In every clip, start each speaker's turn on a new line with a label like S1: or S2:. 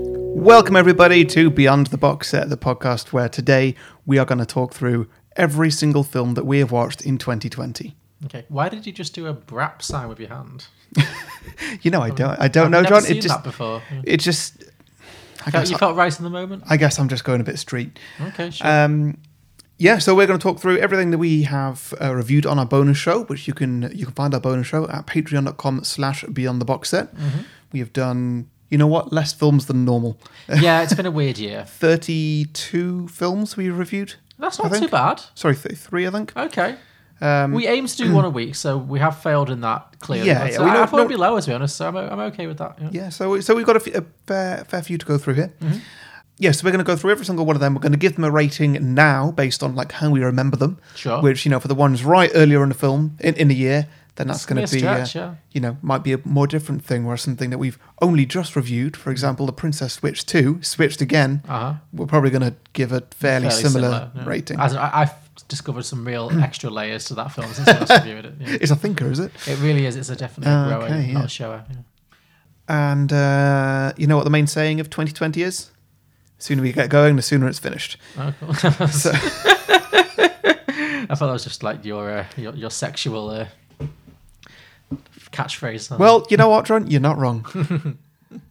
S1: Welcome, everybody, to Beyond the Box Set, the podcast where today we are going to talk through every single film that we have watched in 2020.
S2: Okay, why did you just do a brap sign with your hand?
S1: You know, I don't, I don't
S2: I've
S1: know,
S2: never
S1: John.
S2: Seen
S1: it just,
S2: that before. You
S1: it just, I
S2: felt,
S1: guess,
S2: you
S1: I,
S2: felt right in the moment.
S1: I guess I'm just going a bit street.
S2: Okay, sure.
S1: Um, yeah, so we're going to talk through everything that we have uh, reviewed on our bonus show, which you can you can find our bonus show at patreon.com slash beyond the box set.
S2: Mm-hmm.
S1: We have done, you know what, less films than normal.
S2: yeah, it's been a weird year.
S1: 32 films we reviewed.
S2: That's
S1: I
S2: not too
S1: think.
S2: bad.
S1: Sorry, 33, I think.
S2: Okay,
S1: Um,
S2: we aim to do one a week, so we have failed in that clearly.
S1: Yeah, yeah,
S2: So
S1: we
S2: I, I
S1: know-
S2: thought it'd
S1: no-
S2: be lower, to be honest. So I'm, I'm okay with that. Yeah.
S1: Yeah, so so we've got a, f- a fair, fair few to go through here.
S2: Mm-hmm.
S1: Yeah, so we're going to go through every single one of them. We're going to give them a rating now based on like how we remember them.
S2: Sure.
S1: Which you know, for the ones right earlier in the film in, in the year, then that's
S2: It's gonna
S1: going to be,
S2: be a
S1: uh,
S2: stretch, yeah.
S1: you know might be a more different thing, whereas something that we've only just reviewed, for example, the Princess Switch Two, switched again.
S2: Uh-huh.
S1: We're probably going to give a fairly,
S2: Fairly
S1: similar,
S2: yeah.
S1: rating.
S2: As I, I've discovered some real extra layers to that film since I last reviewed it. Yeah.
S1: it's a thinker, is it?
S2: It really is. It's a definitely
S1: Okay,
S2: a grower,
S1: yeah.
S2: not a shower. yeah.
S1: And uh, you know what the main saying of 2020 is? The sooner we get going, the sooner it's finished.
S2: Oh, cool. I thought that was just like your uh, your, your sexual uh, catchphrase.
S1: Well, you know what, John? You're not wrong.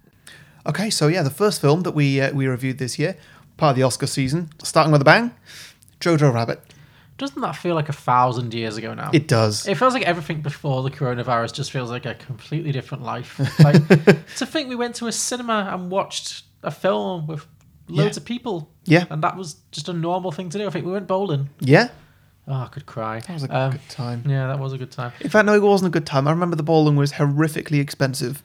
S1: okay, so yeah, the first film that we uh, we reviewed this year, part of the Oscar season, starting with a bang, Jojo Rabbit.
S2: doesn't that feel like a thousand years ago now?
S1: It does.
S2: It feels like everything before the coronavirus just feels like a completely different life. Like to think we went to a cinema and watched a film with loads
S1: Yeah.
S2: of people.
S1: Yeah.
S2: and that was just a normal thing to do. I think we went bowling.
S1: yeah,
S2: Oh, I could cry.
S1: that was a
S2: Um,
S1: good time.
S2: yeah, that was a good time.
S1: In fact, no, it wasn't a good time. I remember the bowling was horrifically expensive.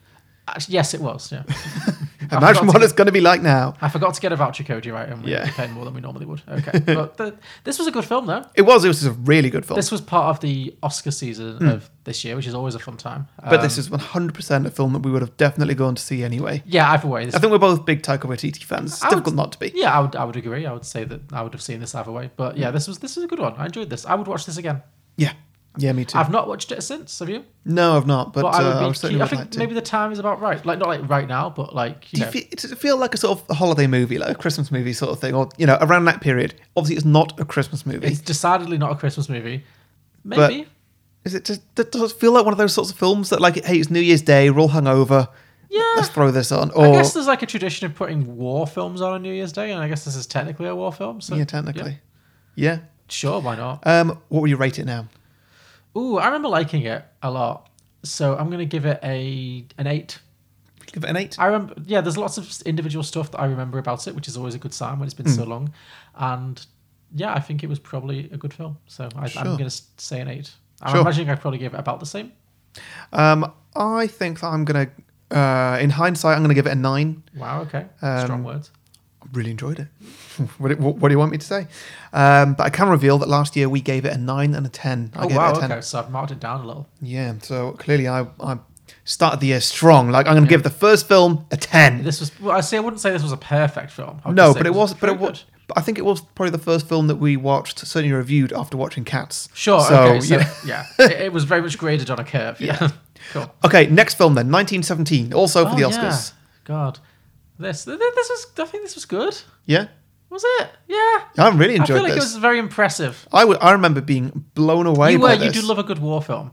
S2: Actually, yes, it was. Yeah, I
S1: Imagine
S2: forgot
S1: what
S2: to-
S1: it's going to be like now.
S2: I forgot to get a voucher code, you're right, and we
S1: Yeah.
S2: we paid more than we normally would. Okay, but the, this was a good film, though.
S1: It was. It was a really good film.
S2: This was part of the Oscar season of this year, which is always a fun time.
S1: Hmm. but
S2: Um,
S1: this is 100% a film that we would have definitely gone to see anyway.
S2: yeah, either way. This,
S1: I think we're both big Taika Waititi fans. It's
S2: I would-
S1: difficult not to be.
S2: yeah, I would, I would agree. I would say that I would have seen this either way. But yeah, this was this is a good one. I enjoyed this. I would watch this again.
S1: Yeah. Yeah, me too.
S2: I've not watched it since. Have you?
S1: no, I've not, but,
S2: But
S1: uh,
S2: I
S1: I
S2: would be.
S1: would certainly
S2: keen- I
S1: would
S2: think
S1: like to.
S2: maybe the time is about right. Like not like right now, but like you
S1: Do
S2: know.
S1: you feel, does it feel like a sort of holiday movie, like a Christmas movie sort of thing, or you know, around that period? Obviously, it's not a Christmas movie.
S2: it's decidedly not a Christmas movie. Maybe.
S1: Is it just does it feel like one of those sorts of films that, like, hey, it's New Year's Day, we're all hungover,
S2: yeah.
S1: let's throw this on?
S2: I
S1: Or
S2: guess there's like a tradition of putting war films on on New Year's Day, and I guess this is technically a war film. So
S1: yeah, technically, yeah.
S2: Sure, why not?
S1: Um, what would you rate it now?
S2: Ooh, I remember liking it a lot. So I'm gonna give it a an eight.
S1: Give it an eight.
S2: I remember, yeah. There's lots of individual stuff that I remember about it, which is always a good sign when it's been
S1: Hmm.
S2: so long. And yeah, I think it was probably a good film. So I,
S1: Sure.
S2: I'm gonna s- say an eight. I'm
S1: Sure.
S2: imagining I probably give it about the same.
S1: Um, I think that I'm gonna, uh, in hindsight, I'm gonna give it a nine.
S2: Wow. Okay.
S1: Um,
S2: Strong words.
S1: I really enjoyed it. what, do- what, what do you want me to say? Um, but I can reveal that last year we gave it a nine and a ten. I
S2: Oh
S1: gave
S2: wow.
S1: it a ten.
S2: Okay. So I've marked it down a little.
S1: Yeah, so clearly I, I started the year strong. Like I'm going to give the first film a ten.
S2: This was. Well, I say I wouldn't say this was a perfect film. I would
S1: No,
S2: just say
S1: but it was, but it
S2: pretty
S1: was.
S2: good.
S1: I think it was probably the first film that we watched, certainly reviewed after watching Cats.
S2: Sure.
S1: So,
S2: okay. So,
S1: yeah.
S2: yeah, it, it was very much graded on a curve. Yeah. cool.
S1: Okay, next film then, 1917, also for
S2: Oh,
S1: the
S2: yeah.
S1: Oscars.
S2: God, this th- th- this was. I think this was good.
S1: Yeah,
S2: Was it? Yeah.
S1: I really
S2: I
S1: enjoyed
S2: feel like
S1: this.
S2: it was very impressive.
S1: I would. I remember being blown away
S2: You
S1: by
S2: were. You
S1: this.
S2: do love a good war film.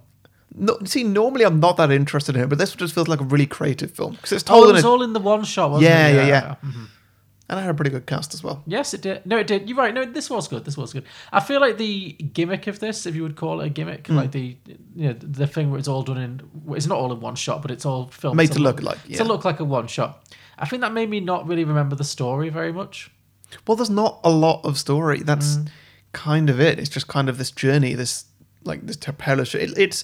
S1: No- see, normally I'm not that interested in it, but this just feels like a really creative film because it's
S2: Oh,
S1: told
S2: it
S1: in
S2: was
S1: a,
S2: all in the one shot, wasn't
S1: Yeah,
S2: it?
S1: yeah, yeah.
S2: Mhm.
S1: and I had a pretty good cast as well.
S2: Yes, it did. No, it did. You're right. No, this was good. This was good. I feel like the gimmick of this, if you would call it a gimmick,
S1: Hmm.
S2: like the you know the thing where it's all done in, well, it's not all in one shot, but it's all filmed
S1: Made to look like, yeah.
S2: to look like a one shot. I think that made me not really remember the story very much.
S1: Well, there's not a lot of story. That's
S2: Mm.
S1: kind of it. It's just kind of this journey, this like this t- perilous. It, it's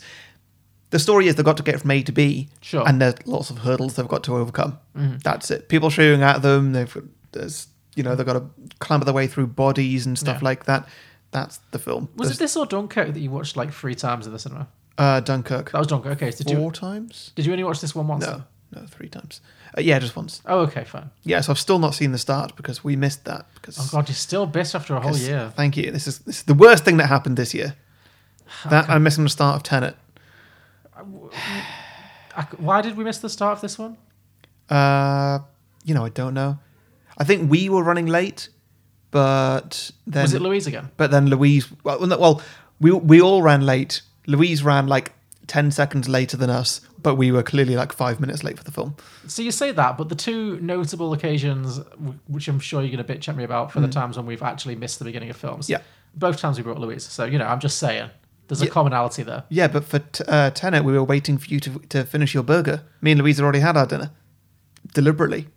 S1: the story is they've got to get from A to B,
S2: Sure. Mm-hmm.
S1: and there's lots of hurdles they've got to overcome. That's it. People shooting at them. They've got- there's you know they've got to clamber their way through bodies and stuff
S2: Yeah.
S1: like that. That's the film.
S2: Was
S1: There's-
S2: it this or Dunkirk that you watched like three times in the cinema?
S1: uh, Dunkirk?
S2: That was Dunkirk. Okay, so did you
S1: Four times?
S2: did you only watch this one once?
S1: No, no, three times. Uh, yeah, just once.
S2: Oh, okay, fine.
S1: Yeah, so I've still not seen the start because we missed that. Because
S2: Oh god, you're still bitter after a whole
S1: Yes,
S2: year.
S1: Thank you. This is this is the worst thing that happened this year. That I'm missing the start of Tenet.
S2: I c why did we miss the start of this one?
S1: Uh, you know, I don't know. I think we were running late, but then
S2: was it Louise again?
S1: but then Louise. Well, no, well, we we all ran late. Louise ran like ten seconds later than us, but we were clearly like five minutes late for the film.
S2: So you say that, but the two notable occasions, w- which I'm sure you're going to bitch at me about, for the times when we've actually missed the beginning of films.
S1: Hmm. Yeah.
S2: Both times we brought Louise. So, you know, I'm just saying there's a
S1: Yeah.
S2: commonality there.
S1: Yeah, but for t- uh, Tenet, we were waiting for you to to finish your burger. Me and Louise had already had our dinner, deliberately,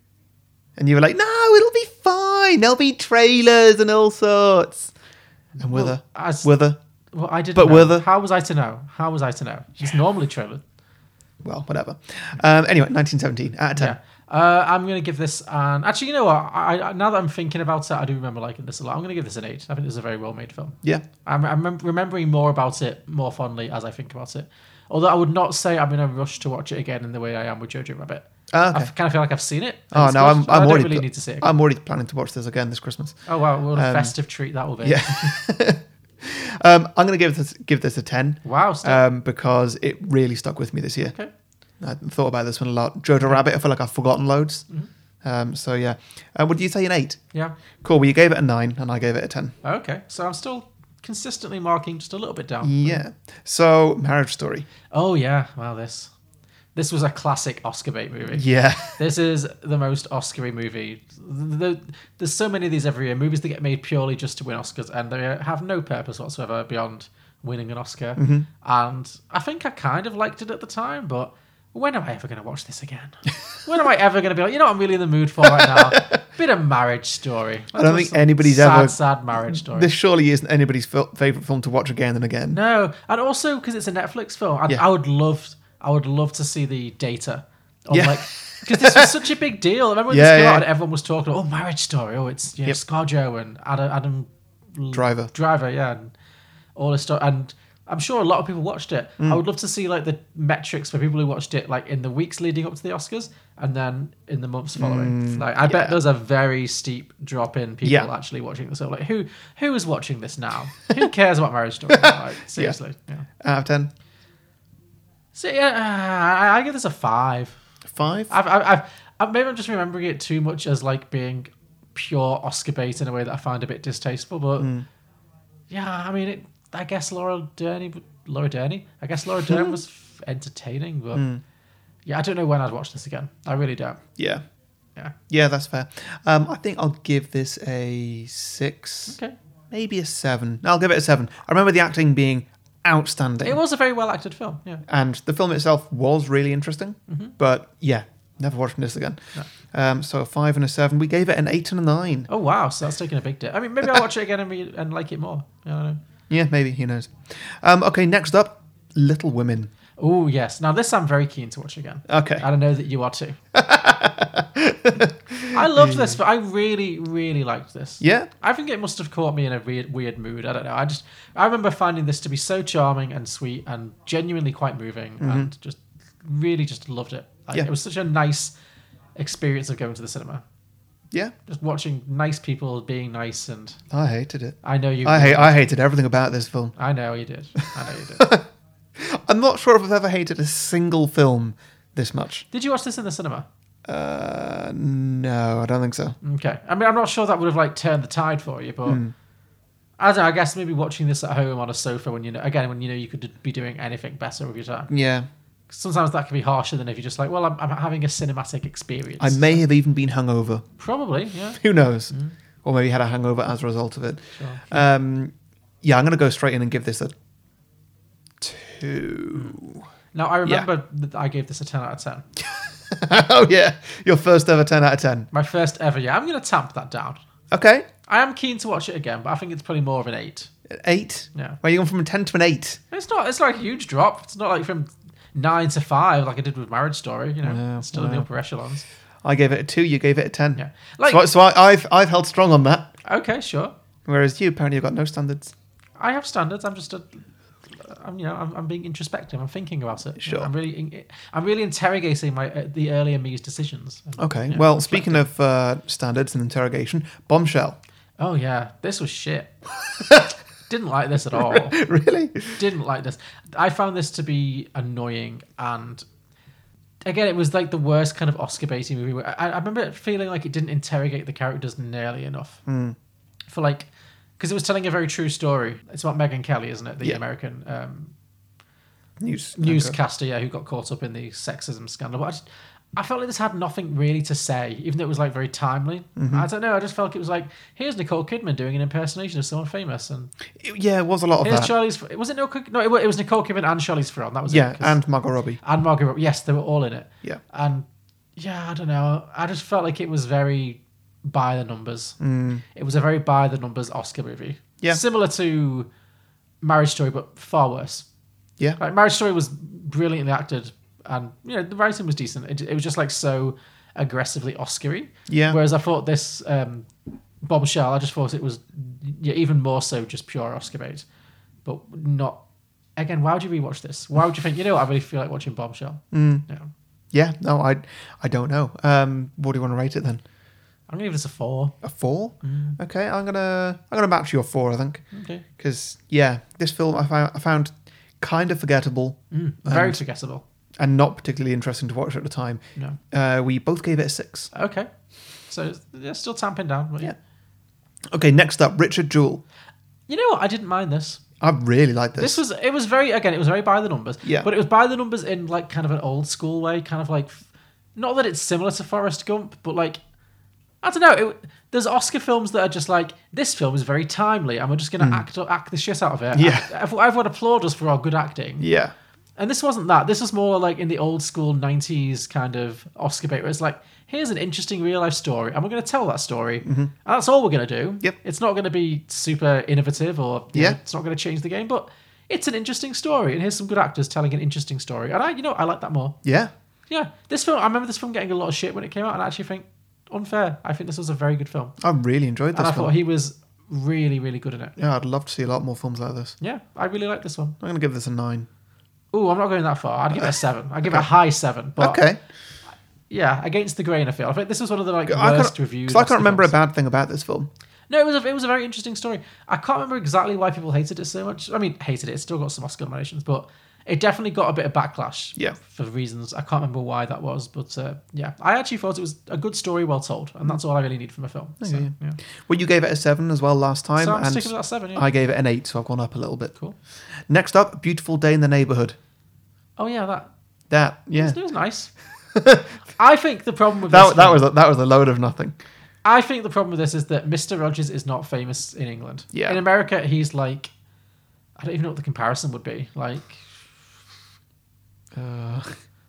S1: and you were like, "No, it'll be fine. There'll be trailers and all sorts." And were
S2: Well,
S1: there?
S2: as-
S1: Were there?
S2: Well, I didn't
S1: But
S2: know.
S1: were the-
S2: How was I to know? How was I to know? It's normally trailer.
S1: Well, whatever. Um, anyway, 1917 out of 10.
S2: Yeah. Uh, I'm going to give this an. Actually, you know what? I, I, now that I'm thinking about it, I do remember liking this a lot. I'm going to give this an 8. I think this is a very well made film.
S1: Yeah.
S2: I'm, I'm remem- remembering more about it more fondly as I think about it. Although I would not say I'm in a rush to watch it again in the way I am with Jojo Rabbit.
S1: Ah, okay.
S2: I kind of feel like I've seen it. and
S1: Oh
S2: it's
S1: no,
S2: good.
S1: I'm,
S2: I
S1: I'm
S2: don't
S1: already.
S2: really need to see it.
S1: I'm already planning to watch this again this Christmas.
S2: oh wow, what a
S1: um,
S2: festive treat that will be.
S1: Yeah. um, I'm going to give this give this a 10
S2: Wow. Steve.
S1: um, because it really stuck with me this year.
S2: okay.
S1: I thought about this one a lot. Jojo Rabbit, I feel like I've forgotten loads.
S2: Mm-hmm.
S1: Um, so yeah, uh, would you say an eight?
S2: Yeah.
S1: Cool. Well, you gave it a nine, and I gave it a ten.
S2: Okay. So I'm still consistently marking just a little bit down.
S1: Yeah. So Marriage Story.
S2: Oh yeah. Wow. This. This was a classic Oscar bait movie.
S1: Yeah.
S2: This is the most Oscary movie. The- there's so many of these every year. Movies that get made purely just to win Oscars, and they have no purpose whatsoever beyond winning an Oscar.
S1: Mm-hmm.
S2: And I think I kind of liked it at the time, but when am I ever going to watch this again? when am I ever going to be like, you know, what I'm really in the mood for right now? Bit of marriage story.
S1: I don't think
S2: Some
S1: anybody's
S2: sad,
S1: ever-
S2: sad marriage story.
S1: This surely isn't anybody's fil- favorite film to watch again and again.
S2: No, and also because it's a Netflix film, I,
S1: Yeah.
S2: I would love, I would love to see the data on
S1: Yeah.
S2: like because this was such a big deal. Remember when
S1: Yeah,
S2: this came
S1: yeah.
S2: out and everyone was talking, oh, Marriage Story, oh, it's you know,
S1: Yep.
S2: ScarJo and Adam, Adam L-
S1: Driver.
S2: Driver, yeah, and all this stuff. And I'm sure a lot of people watched it.
S1: Mm.
S2: I would love to see like the metrics for people who watched it, like in the weeks leading up to the Oscars, and then in the months following. like, I bet
S1: Mm, yeah.
S2: there's a very steep drop in people
S1: Yeah.
S2: actually watching this. So, like, who who is watching this now? who cares about Marriage Story? Like, seriously. Yeah.
S1: Out of ten,
S2: So yeah, uh, I, I give this a five.
S1: five.
S2: I've, I've, I've, I've maybe I'm just remembering it too much as like being pure Oscar bait in a way that I find a bit distasteful. But yeah, I mean, it, I guess Laura Derney, would- Laura Derney, I guess Laura Dern was f- entertaining, but yeah, I don't know when I'd watch this again. I really don't.
S1: yeah.
S2: Yeah.
S1: Yeah, that's fair. Um, I think I'll give this a six.
S2: Okay.
S1: maybe a seven. I'll give it a seven. I remember the acting being outstanding,
S2: It was a very well acted film. Yeah.
S1: and the film itself was really interesting.
S2: Mm-hmm.
S1: But yeah, never watching this again. Um, so a five and a seven. We gave it an eight and a nine.
S2: Oh wow, so that's taking a big dip. I mean, maybe I'll watch it again and, re- and like it more. I don't know.
S1: Yeah, maybe who knows? Um, okay, next up, Little Women.
S2: Oh yes. Now this I'm very keen to watch again.
S1: Okay,
S2: And I know that you are too. I loved this, but I really, really liked this.
S1: Mm. yeah,
S2: I think it must have caught me in a weird, weird mood. I don't know. I just, I remember finding this to be so charming and sweet and genuinely quite moving, and just really just loved it. Like,
S1: Mm-hmm. Yeah.
S2: It was such a nice experience of going to the cinema,
S1: yeah.
S2: just watching nice people being nice, and
S1: I hated it.
S2: I know you.
S1: I hate. I hated everything about this film.
S2: I know you did. I know you did.
S1: I'm not sure if I've ever hated a single film this much.
S2: did you watch this in the cinema?
S1: Uh, no, I don't think so.
S2: Okay. I mean, I'm not sure that would have like turned the tide for you, but
S1: Hmm.
S2: I don't know. I guess maybe watching this at home on a sofa when you know, again, when you know you could be doing anything better with your time.
S1: Yeah,
S2: Sometimes that can be harsher than if you're just like, well, I'm, I'm having a cinematic experience.
S1: I may have even been hungover.
S2: Probably, yeah.
S1: Who knows? Or maybe had a hangover as a result of it.
S2: Sure.
S1: Um, yeah, I'm going to go straight in and give this a two.
S2: Now, I remember that I gave this a 10 out of 10.
S1: oh, yeah. Your first ever 10 out of 10.
S2: My first ever, yeah. I'm going to tamp that down.
S1: Okay.
S2: I am keen to watch it again, but I think it's probably more of an 8.
S1: An eight.
S2: Yeah.
S1: Where you gone from a 10 to an eight?
S2: It's not, it's like a huge drop. It's not like from 9 to 5 like I did with Marriage Story, you know,
S1: Yeah,
S2: still in the
S1: wow.
S2: upper echelons.
S1: I gave it a two. You gave it a 10.
S2: Yeah. Like,
S1: so so I, I've, I've held strong on that.
S2: okay, sure.
S1: Whereas you apparently have got no standards.
S2: I have standards. I'm just a, I'm you know I'm, I'm being introspective. I'm thinking about it.
S1: Sure.
S2: I'm really I'm really interrogating my uh, the earlier me's decisions.
S1: Okay.
S2: Yeah,
S1: well, speaking of uh, standards and interrogation, Bombshell.
S2: Oh yeah, this was shit. Didn't like this at all.
S1: really?
S2: Didn't like this. I found this to be annoying and again, it was like the worst kind of Oscar baity movie. Where I, I remember it feeling like it didn't interrogate the characters nearly enough
S1: Hmm.
S2: for like because it was telling a very true story. It's about Megan Kelly, isn't it? The
S1: Yeah.
S2: American um,
S1: News. Okay.
S2: newscaster, yeah, who got caught up in the sexism scandal. But I, just, I felt like this had nothing really to say, even though it was like very timely.
S1: Mm-hmm.
S2: I don't know. I just felt like it was like here's Nicole Kidman doing an impersonation of someone famous, and
S1: It- Yeah, it was a lot of
S2: here's
S1: that.
S2: Charlie's. Was it no? No, it wa- it was Nicole Kidman and Charlie's Theron. That was
S1: yeah,
S2: it, 'cause-
S1: and Margot Robbie.
S2: and Margaret. Yes, they were all in it.
S1: Yeah.
S2: And yeah, I don't know. I just felt like it was very by the numbers. It was a very by the numbers Oscar movie.
S1: Mm. Yeah.
S2: Similar to Marriage Story, but far worse.
S1: Yeah.
S2: Like Marriage Story was brilliantly acted, and you know the writing was decent. It, it was just like so aggressively Oscary.
S1: Yeah.
S2: Whereas I thought this um, bombshell, I just thought it was yeah, even more so just pure Oscar bait, but not. Again, why would you rewatch this? Why would you think you know? what, I really feel like watching Bombshell.
S1: Mm.
S2: Yeah.
S1: Yeah, no, I I don't know. Um, what do you want to rate it then?
S2: I'm gonna give this a four.
S1: A four? Okay, I'm gonna I'm gonna match your four, I think,
S2: Okay.
S1: because yeah, this film I found I found kind of forgettable
S2: Mm, Very forgettable.
S1: and not particularly interesting to watch at the time.
S2: No.
S1: Uh, we both gave it a six.
S2: Okay. So they're still tamping down. But
S1: Yeah. Okay, next up, Richard Jewell.
S2: You know what? I didn't mind this.
S1: I really like
S2: This
S1: this.
S2: was it was very again it was very by the numbers.
S1: Yeah.
S2: But it was by the numbers in like kind of an old school way, kind of like f- not that it's similar to Forrest Gump, but like I don't know. It, there's Oscar films that are just like this film is very timely, and we're just gonna act act the shit out of it.
S1: Hmm. Yeah.
S2: And ev- everyone applaud us for our good acting.
S1: yeah,
S2: And this wasn't that. This was more like in the old school 90s kind of Oscar bait, where it's like, here's an interesting real life story, and we're going to tell that story. And that's all we're going to do.
S1: Mm-hmm. Yep.
S2: It's not going to be super innovative or, you know,
S1: Yeah.
S2: it's not going to change the game, but it's an interesting story. And here's some good actors telling an interesting story. And I, you know, I like that more.
S1: yeah,
S2: Yeah. This film, I remember this film getting a lot of shit when it came out, and I actually think, unfair. I think this was a very good film.
S1: I really enjoyed
S2: and
S1: this
S2: I
S1: film.
S2: thought he was really, really good in it.
S1: yeah, I'd love to see a lot more films like this.
S2: Yeah. I really like this one.
S1: I'm gonna give this a nine.
S2: Ooh, I'm not going that far. I'd give it a seven. I'd give it a high seven. But
S1: okay,
S2: Yeah, against the grain. I feel. I think this was one of the like
S1: I
S2: worst
S1: can't,
S2: reviews.
S1: 'cause I
S2: Oscar
S1: can't remember a
S2: films.
S1: bad thing about this film.
S2: No, it was a, it was a very interesting story. I can't remember exactly why people hated it so much. I mean, hated it. It's still got some Oscar nominations, but it definitely got a bit of backlash.
S1: Yeah.
S2: for reasons I can't remember why that was, but uh, yeah, I actually thought it was a good story, well told, and that's all I really need from a film. So,
S1: Okay.
S2: yeah.
S1: Well, you gave it a seven as well last time,
S2: so I'm
S1: and
S2: sticking with that seven. Yeah.
S1: I gave it an eight, so I've gone up a little bit.
S2: Cool.
S1: Next up, Beautiful Day in the Neighborhood.
S2: Oh yeah, that
S1: That yeah,
S2: it was nice. I think the problem with this
S1: that, that
S2: film-
S1: was a, that was a load of nothing.
S2: I think the problem with this is that Mr. Rogers is not famous in England.
S1: Yeah.
S2: In America, he's like, I don't even know what the comparison would be. Like,
S1: Uh,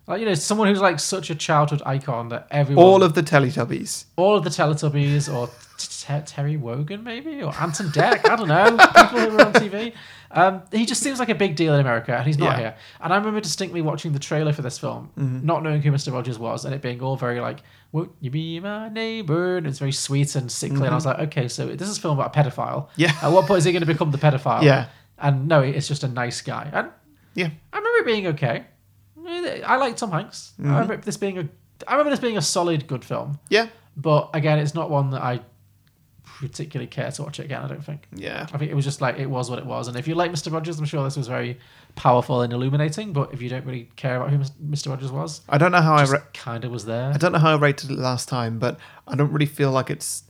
S2: like you know, someone who's like such a childhood icon that everyone,
S1: all of the Teletubbies.
S2: all of the Teletubbies or T- Terry Wogan maybe or Anton Deck, I don't know, people who were on TV. Um, he just seems like a big deal in America, and he's not
S1: Yeah. Mm-hmm.
S2: here. And I remember distinctly watching the trailer for this film, not knowing who Mr. Rogers was, and it being all very like, "Won't you be my neighbor?" and it's very sweet and sickly. And I was like, "Okay, so this is a film about a pedophile.
S1: Mm-hmm. Yeah.
S2: At what point is he going to become the pedophile?
S1: Yeah.
S2: And no, it's just a nice guy. And
S1: Yeah,
S2: I remember it being okay. I like Tom Hanks.
S1: Mm-hmm.
S2: I remember this being a. I remember this being a solid, good film.
S1: yeah,
S2: But again, it's not one that I particularly care to watch it again. I don't think.
S1: yeah.
S2: I think it was just like it was what it was. And if you like Mr. Rogers, I'm sure this was very powerful and illuminating. But if you don't really care about who Mr. Rogers was,
S1: I don't know how I ra-
S2: kind of was there.
S1: I don't know how I rated it last time, but I don't really feel like it's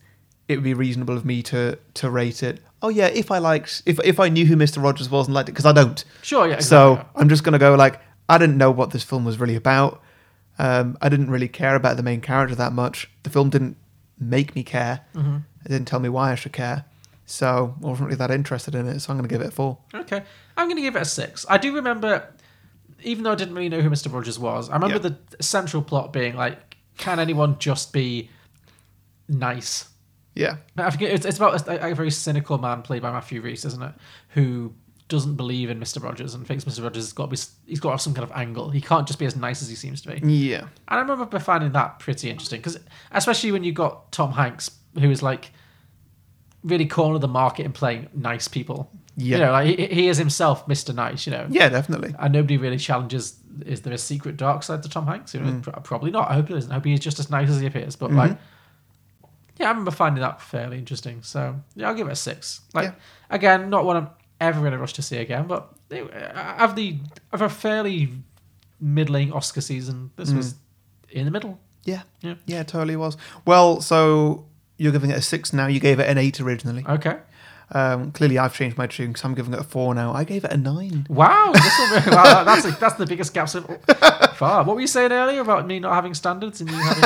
S1: it would be reasonable of me to to rate it. Oh yeah, if I liked if if I knew who Mister Rogers was and liked it because I don't.
S2: Sure, yeah.
S1: So
S2: Exactly.
S1: I'm just gonna go like I didn't know what this film was really about. Um, I didn't really care about the main character that much. The film didn't make me care.
S2: Mm-hmm.
S1: It didn't tell me why I should care. So I wasn't really that interested in it. So I'm gonna give it a four.
S2: Okay, I'm going to give it a six. I do remember, even though I didn't really know who Mr. Rogers was, I remember
S1: Yeah.
S2: the central plot being like, can anyone just be nice?
S1: Yeah,
S2: I forget. It's, it's about a, a very cynical man played by Matthew Reese, isn't it? Who doesn't believe in Mr. Rogers and thinks Mr. Rogers has got to be, he's got to have some kind of angle. He can't just be as nice as he seems to be. And
S1: yeah,
S2: I remember finding that pretty interesting because, especially when you got Tom Hanks, who is like really cornered the market in playing nice people.
S1: Yeah.
S2: you know, like he, he is himself Mr. Nice. You know,
S1: yeah, definitely.
S2: and nobody really challenges. Is there a secret dark side to Tom Hanks? You know, pro-
S1: Mm.
S2: Probably not. I hope there isn't. I hope he's just as nice as he appears. But like,
S1: Mm-hmm.
S2: yeah, I remember finding that fairly interesting. So yeah, I'll give it a six. Like
S1: Yeah.
S2: uh, again, not one I'm ever going to rush to see again. But it, I have the I have a fairly middling Oscar season.
S1: Mm.
S2: This was in the middle.
S1: Yeah.
S2: Yeah.
S1: Yeah, it totally was. Well, so you're giving it a six now. You gave it an eight originally.
S2: Okay.
S1: Um, clearly, I've changed my tune because I'm giving it a four now. I gave it a nine.
S2: Wow, this will be, wow that- that's a, that's the biggest gap so far. What were you saying earlier about me not having standards and you having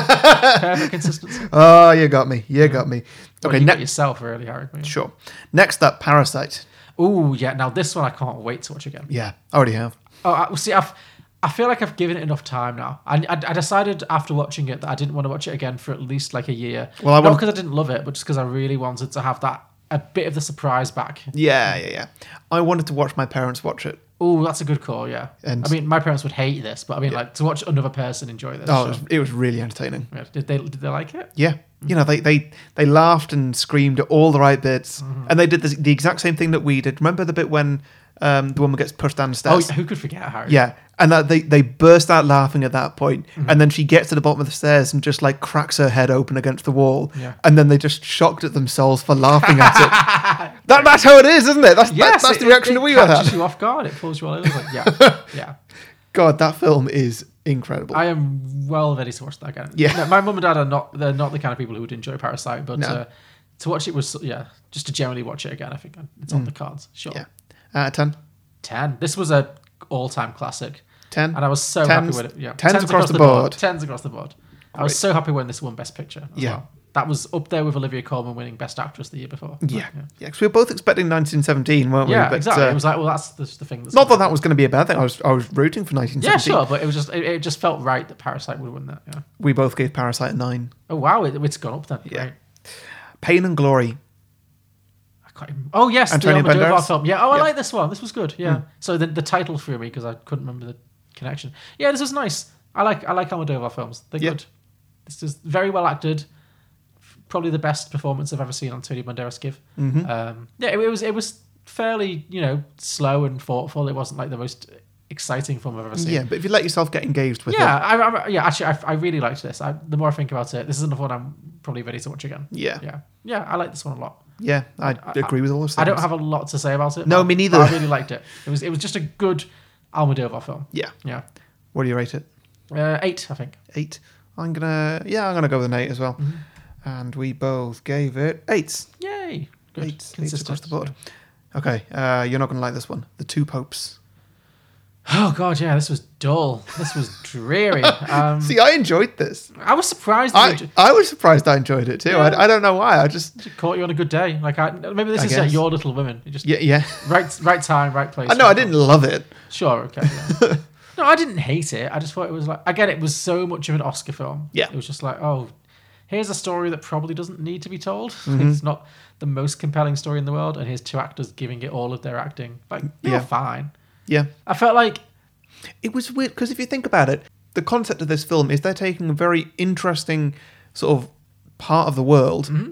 S2: perfect consistency?
S1: Oh, you got me. You got me.
S2: Okay,
S1: Okay,
S2: Mm. you got
S1: next.
S2: yourself really, Harry.
S1: Sure. Next up, Parasite.
S2: Oh yeah, now this one I can't wait to watch again.
S1: Yeah, I already have.
S2: Oh, I, well, see, I've, I feel like I've given it enough time now. I, I, I decided after watching it that I didn't want to watch it again for at least like a year.
S1: Well, I
S2: not
S1: want-
S2: because I didn't love it, but just because I really wanted to have that a bit of the surprise back.
S1: Yeah, yeah, yeah. I wanted to watch my parents watch it.
S2: Oh, that's a good call. Yeah,
S1: And-
S2: I mean, my parents would hate this, but I mean, like to watch another person enjoy this.
S1: Oh, it
S2: show.
S1: was, it was really entertaining.
S2: Yeah. Did they did they like it?
S1: Yeah. You know, they, they, they laughed and screamed at all the right bits.
S2: Mm-hmm.
S1: And they did the, the exact same thing that we did. Remember the bit when um, the woman gets pushed down the
S2: Oh,
S1: stairs?
S2: who could forget Harry?
S1: Yeah, and that they they burst out laughing at that point,
S2: Mm-hmm.
S1: and then she gets to the bottom of the stairs and just like cracks her head open against the wall,
S2: Yeah.
S1: and then they just shocked at themselves for laughing at it. That, that's how it is, isn't it? That's
S2: Yes,
S1: that's, that's
S2: it-
S1: the reaction
S2: it
S1: that we all
S2: catches
S1: had.
S2: you off guard. It pulls you all over. Like, yeah, yeah.
S1: God, that film is incredible.
S2: I am well ready to watch that again.
S1: Yeah.
S2: No, my mum and dad are not. They're not the kind of people who would enjoy Parasite, but
S1: No.
S2: uh, to watch it was yeah, just to generally watch it again. I think it's on the cards. Sure.
S1: Mm. yeah, out of ten.
S2: Ten. This was a all-time classic,
S1: 10.
S2: and I was so
S1: Tens-
S2: happy with it. Yeah.
S1: tens across the board.
S2: Tens across the board. I was
S1: Great.
S2: so happy when this won Best Picture. as
S1: Yeah.
S2: well. That was up there with Olivia Colman winning Best Actress the year before.
S1: Yeah, yeah, because we were both expecting 1917, weren't we?
S2: Yeah, exactly.
S1: uh,
S2: it was like, well, that's the, the thing. That's
S1: not that that was going to be a bad thing. I was I was rooting for
S2: Yeah,
S1: 1917.
S2: sure, but it was just it, it just felt right that Parasite would win that. Yeah.
S1: We both gave Parasite a nine.
S2: Oh wow, it, it's gone up then.
S1: Yeah.
S2: Great.
S1: Pain and Glory.
S2: I can't even... Oh yes,
S1: Antonio
S2: the Almodovar
S1: Banderas?
S2: film. Yeah. Oh, I
S1: Yeah. Hmm.
S2: like this one. This was good. Yeah. So the, the title threw me because I couldn't remember the connection. Yeah, this was nice. I like I like Almodovar films. They're
S1: Yeah.
S2: good. This is very well acted. Probably the best performance I've ever seen Antonio Banderas give.
S1: Mm-hmm.
S2: Um, yeah, it, it was it was fairly you know slow and thoughtful. It wasn't like the most exciting film I've ever seen.
S1: Yeah, but if you let yourself get engaged with
S2: Mm, yeah,
S1: it,
S2: I, I, yeah. Actually, I, I really liked this. I, the more I think about it, this is another one I'm probably ready to watch again.
S1: yeah, yeah,
S2: yeah, yeah. I like this one a lot.
S1: I, agree with all those things.
S2: I don't have a lot to say about it.
S1: No,
S2: but-
S1: me neither.
S2: but I really liked it. It was it was just a good Almodovar film.
S1: Yeah.
S2: Yeah,
S1: What do you rate it?
S2: uh, eight, I think.
S1: Eight. I'm gonna yeah, I'm gonna go with an eight as well. And we both gave it eights.
S2: Yay, good,
S1: Eight. Eights across the board. Okay, uh, you're not gonna like this one. The two popes.
S2: Oh god, yeah, this was dull. This was dreary. Um,
S1: See, Mm. I enjoyed this.
S2: I was surprised that
S1: I,
S2: it
S1: I was surprised I enjoyed it too.
S2: Yeah.
S1: I, I don't know why. I just
S2: ju- caught you on a good day. Like I maybe this
S1: I
S2: is like
S1: guess.
S2: your Little Women. It just
S1: yeah yeah.
S2: right right time, right place.
S1: I know I
S2: right
S1: didn't love it.
S2: Sure, okay. yeah. no, I didn't hate it. I just thought it was like again, it was so much of an Oscar film.
S1: Yeah.
S2: It was just like, oh, here's a story that probably doesn't need to be told.
S1: Mm-hmm.
S2: It's not the most compelling story in the world, and here's two actors giving it all of their acting. Like, yeah,
S1: Yeah.
S2: fine.
S1: Yeah,
S2: I felt like
S1: it was weird because if you think about it, the concept of this film is they're taking a very interesting sort of part of the world.
S2: Mm-hmm.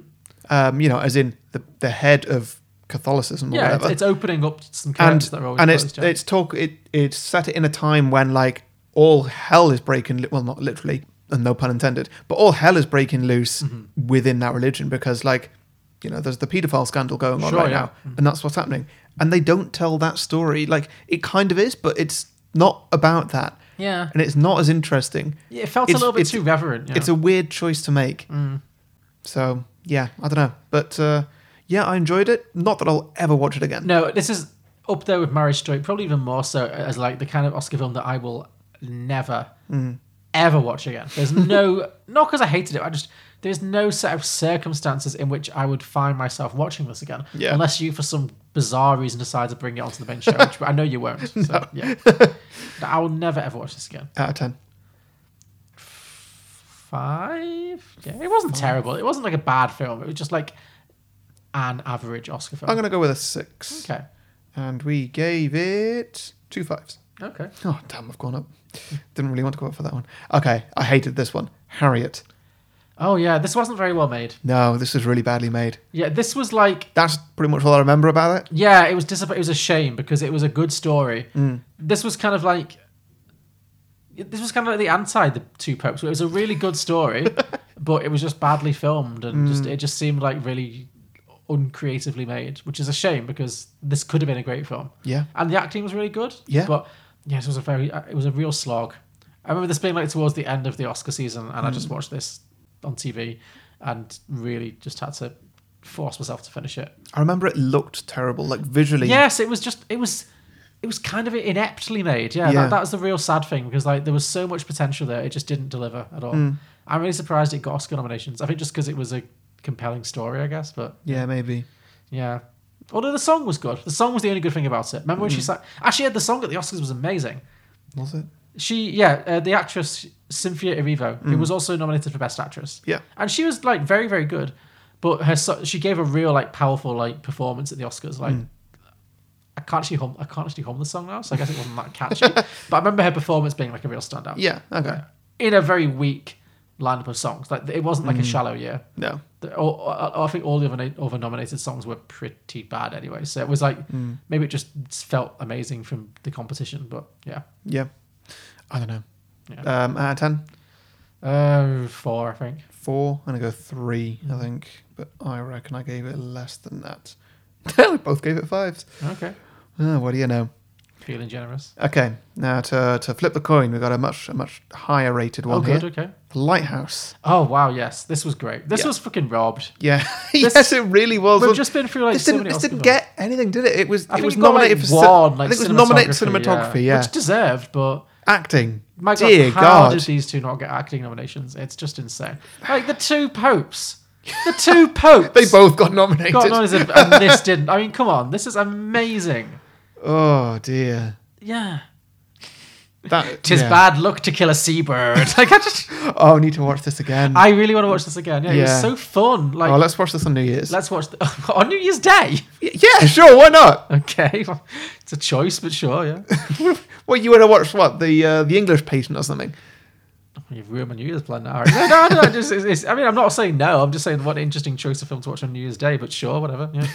S1: Um, you know, as in the the head of Catholicism or
S2: yeah, it's,
S1: whatever.
S2: it's opening up some
S1: and
S2: curtains that are always
S1: and it's
S2: closed, yeah.
S1: it's talk it it's set it in a time when like all hell is breaking li- well not literally and no pun intended but all hell is breaking loose
S2: Mm-hmm.
S1: within that religion because like you know there's the pedophile scandal going on
S2: Sure,
S1: right
S2: yeah. Mm-hmm.
S1: now and that's what's happening and they don't tell that story like it kind of is but it's not about that
S2: yeah.
S1: and it's not as interesting
S2: Yeah, It felt a
S1: it's-
S2: little bit
S1: it's-
S2: too reverent. Yeah. Mm.
S1: it's a weird choice to make so yeah i don't know but uh yeah i enjoyed it not that i'll ever watch it again
S2: No, this is up there with Marriage Story, probably even more so as like the kind of Oscar film that I will never,
S1: Mm.
S2: ever watch again. There's no, not because I hated it, I just, there's no set of circumstances in which I would find myself watching this again.
S1: Yeah.
S2: Unless you, for some bizarre reason, decide to bring it onto the main show, which I know you won't. So, yeah. No, I will never, ever watch this again.
S1: out of 10
S2: Five? Yeah, it wasn't terrible. It wasn't like a bad film. It was just like an average Oscar film.
S1: I'm going to go with a six.
S2: okay.
S1: And we gave it two fives.
S2: Okay.
S1: Oh, damn, I've gone up. Didn't really want to go up for that one. Okay, I hated this one. Harriet.
S2: Oh, yeah, this wasn't very well made.
S1: No, this was really badly made.
S2: Yeah, this was like
S1: That's pretty much all I remember about it.
S2: yeah, it was disapp- it was a shame because it was a good story.
S1: Mm.
S2: This was kind of like this was kind of like the anti the two popes. It was a really good story, but it was just badly filmed and just
S1: Mm.
S2: it just seemed like really uncreatively made, which is a shame because this could have been a great film.
S1: Yeah.
S2: And the acting was really good.
S1: Yeah.
S2: But yes, it was a very, uh, it was a real slog. I remember this being like towards the end of the Oscar season, and I just
S1: Mm.
S2: watched this on TV, and really just had to force myself to finish it.
S1: I remember it looked terrible, like visually.
S2: Yes, it was just it was it was kind of ineptly made. Yeah,
S1: Yeah.
S2: That, that was the real sad thing because like there was so much potential there, it just didn't deliver at all. I'm really surprised it got Oscar nominations. I think just because it was a compelling story, I guess. But
S1: Yeah, maybe.
S2: yeah, although the song was good. The song was the only good thing about it. Remember when she sang? Actually, yeah, the song at the Oscars was amazing.
S1: Was it?
S2: She yeah, uh, the actress Cynthia Erivo, who was also nominated for best actress
S1: Yeah.
S2: and she was like very very good but her so- she gave a real like powerful like performance at the oscars like i can't actually hum i can't actually hum the song now so i guess it wasn't that catchy but i remember her performance being like a real standout
S1: Yeah. Okay.
S2: in a very weak lineup of songs like it wasn't like a shallow year
S1: No.
S2: The- or, or- or I think all the other, other nominated songs were pretty bad anyway. So it was like maybe it just felt amazing from the competition, but yeah,
S1: Yeah. I don't know.
S2: Yeah.
S1: Um, out of ten,
S2: uh, four I think.
S1: four. I'm gonna go three. I think, but I reckon I gave it less than that. we both gave it fives.
S2: Okay,
S1: Oh, what do you know?
S2: feeling generous.
S1: Okay, now to, to flip the coin, we've got a much a much higher rated one
S2: Oh, good.
S1: here.
S2: Okay.
S1: The Lighthouse.
S2: Oh wow, yes, this was great. This
S1: Yeah.
S2: was fucking robbed.
S1: Yeah, yes, it really was.
S2: We've
S1: Well,
S2: just been through like
S1: this
S2: so
S1: didn't,
S2: many
S1: this didn't
S2: Oscars.
S1: get anything, did it? It was
S2: I
S1: it
S2: think
S1: was
S2: it got,
S1: nominated
S2: like,
S1: for
S2: one, like,
S1: I think it was nominated for
S2: cinematography,
S1: cinematography. Yeah,
S2: which deserved, but
S1: acting.
S2: my god,
S1: Dear
S2: how
S1: God.
S2: did these two not get acting nominations? It's just insane. Like the two popes, the two popes.
S1: They both got nominated.
S2: got nominated, and this didn't. I mean, come on, this is amazing.
S1: oh dear.
S2: Yeah,
S1: That
S2: tis
S1: yeah.
S2: bad luck to kill a seabird. Like I just,
S1: Oh, I need to watch this again.
S2: I really want to watch this again. Yeah, it
S1: Yeah.
S2: was so fun. Like
S1: oh, let's watch this on New Year's.
S2: let's watch the, on New Year's Day.
S1: Y- yeah, sure. Why not?
S2: Okay, it's a choice, but sure, yeah.
S1: Well, you want to watch what the uh, the English Patient or something?
S2: You've ruined my New Year's plan now. No, no, no. Just, it's, it's, I mean, I'm not saying no. I'm just saying what an interesting choice of film to watch on New Year's Day. But sure, whatever. Yeah.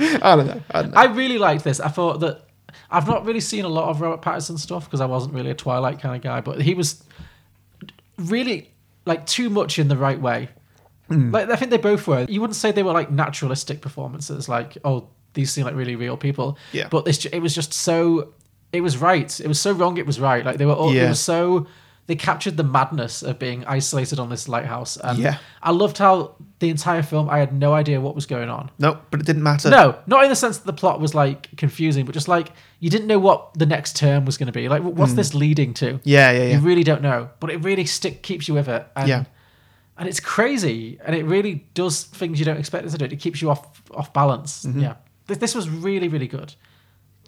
S1: I don't know. I don't know.
S2: I really liked this. I thought that I've not really seen a lot of Robert Pattinson stuff because I wasn't really a Twilight kind of guy. But he was really like too much in the right way.
S1: Hmm.
S2: Like I think they both were. You wouldn't say they were like naturalistic performances. Like oh, these seem like really real people.
S1: Yeah.
S2: But this it was just so. It was right. It was so wrong. It was right. Like they were all.
S1: Yeah.
S2: It was so. They captured the madness of being isolated on this lighthouse, and
S1: Yeah.
S2: I loved how the entire film. I had no idea what was going on.
S1: No, but it didn't matter.
S2: No, not in the sense that the plot was like confusing, but just like you didn't know what the next term was going to be. Like, wh- what's this leading to?
S1: Hmm. Yeah, yeah, yeah.
S2: You really don't know, but it really stick keeps you with it. And,
S1: Yeah.
S2: and it's crazy, and it really does things you don't expect it to do. It keeps you off off balance.
S1: Mm-hmm.
S2: Yeah, this, this was really really good.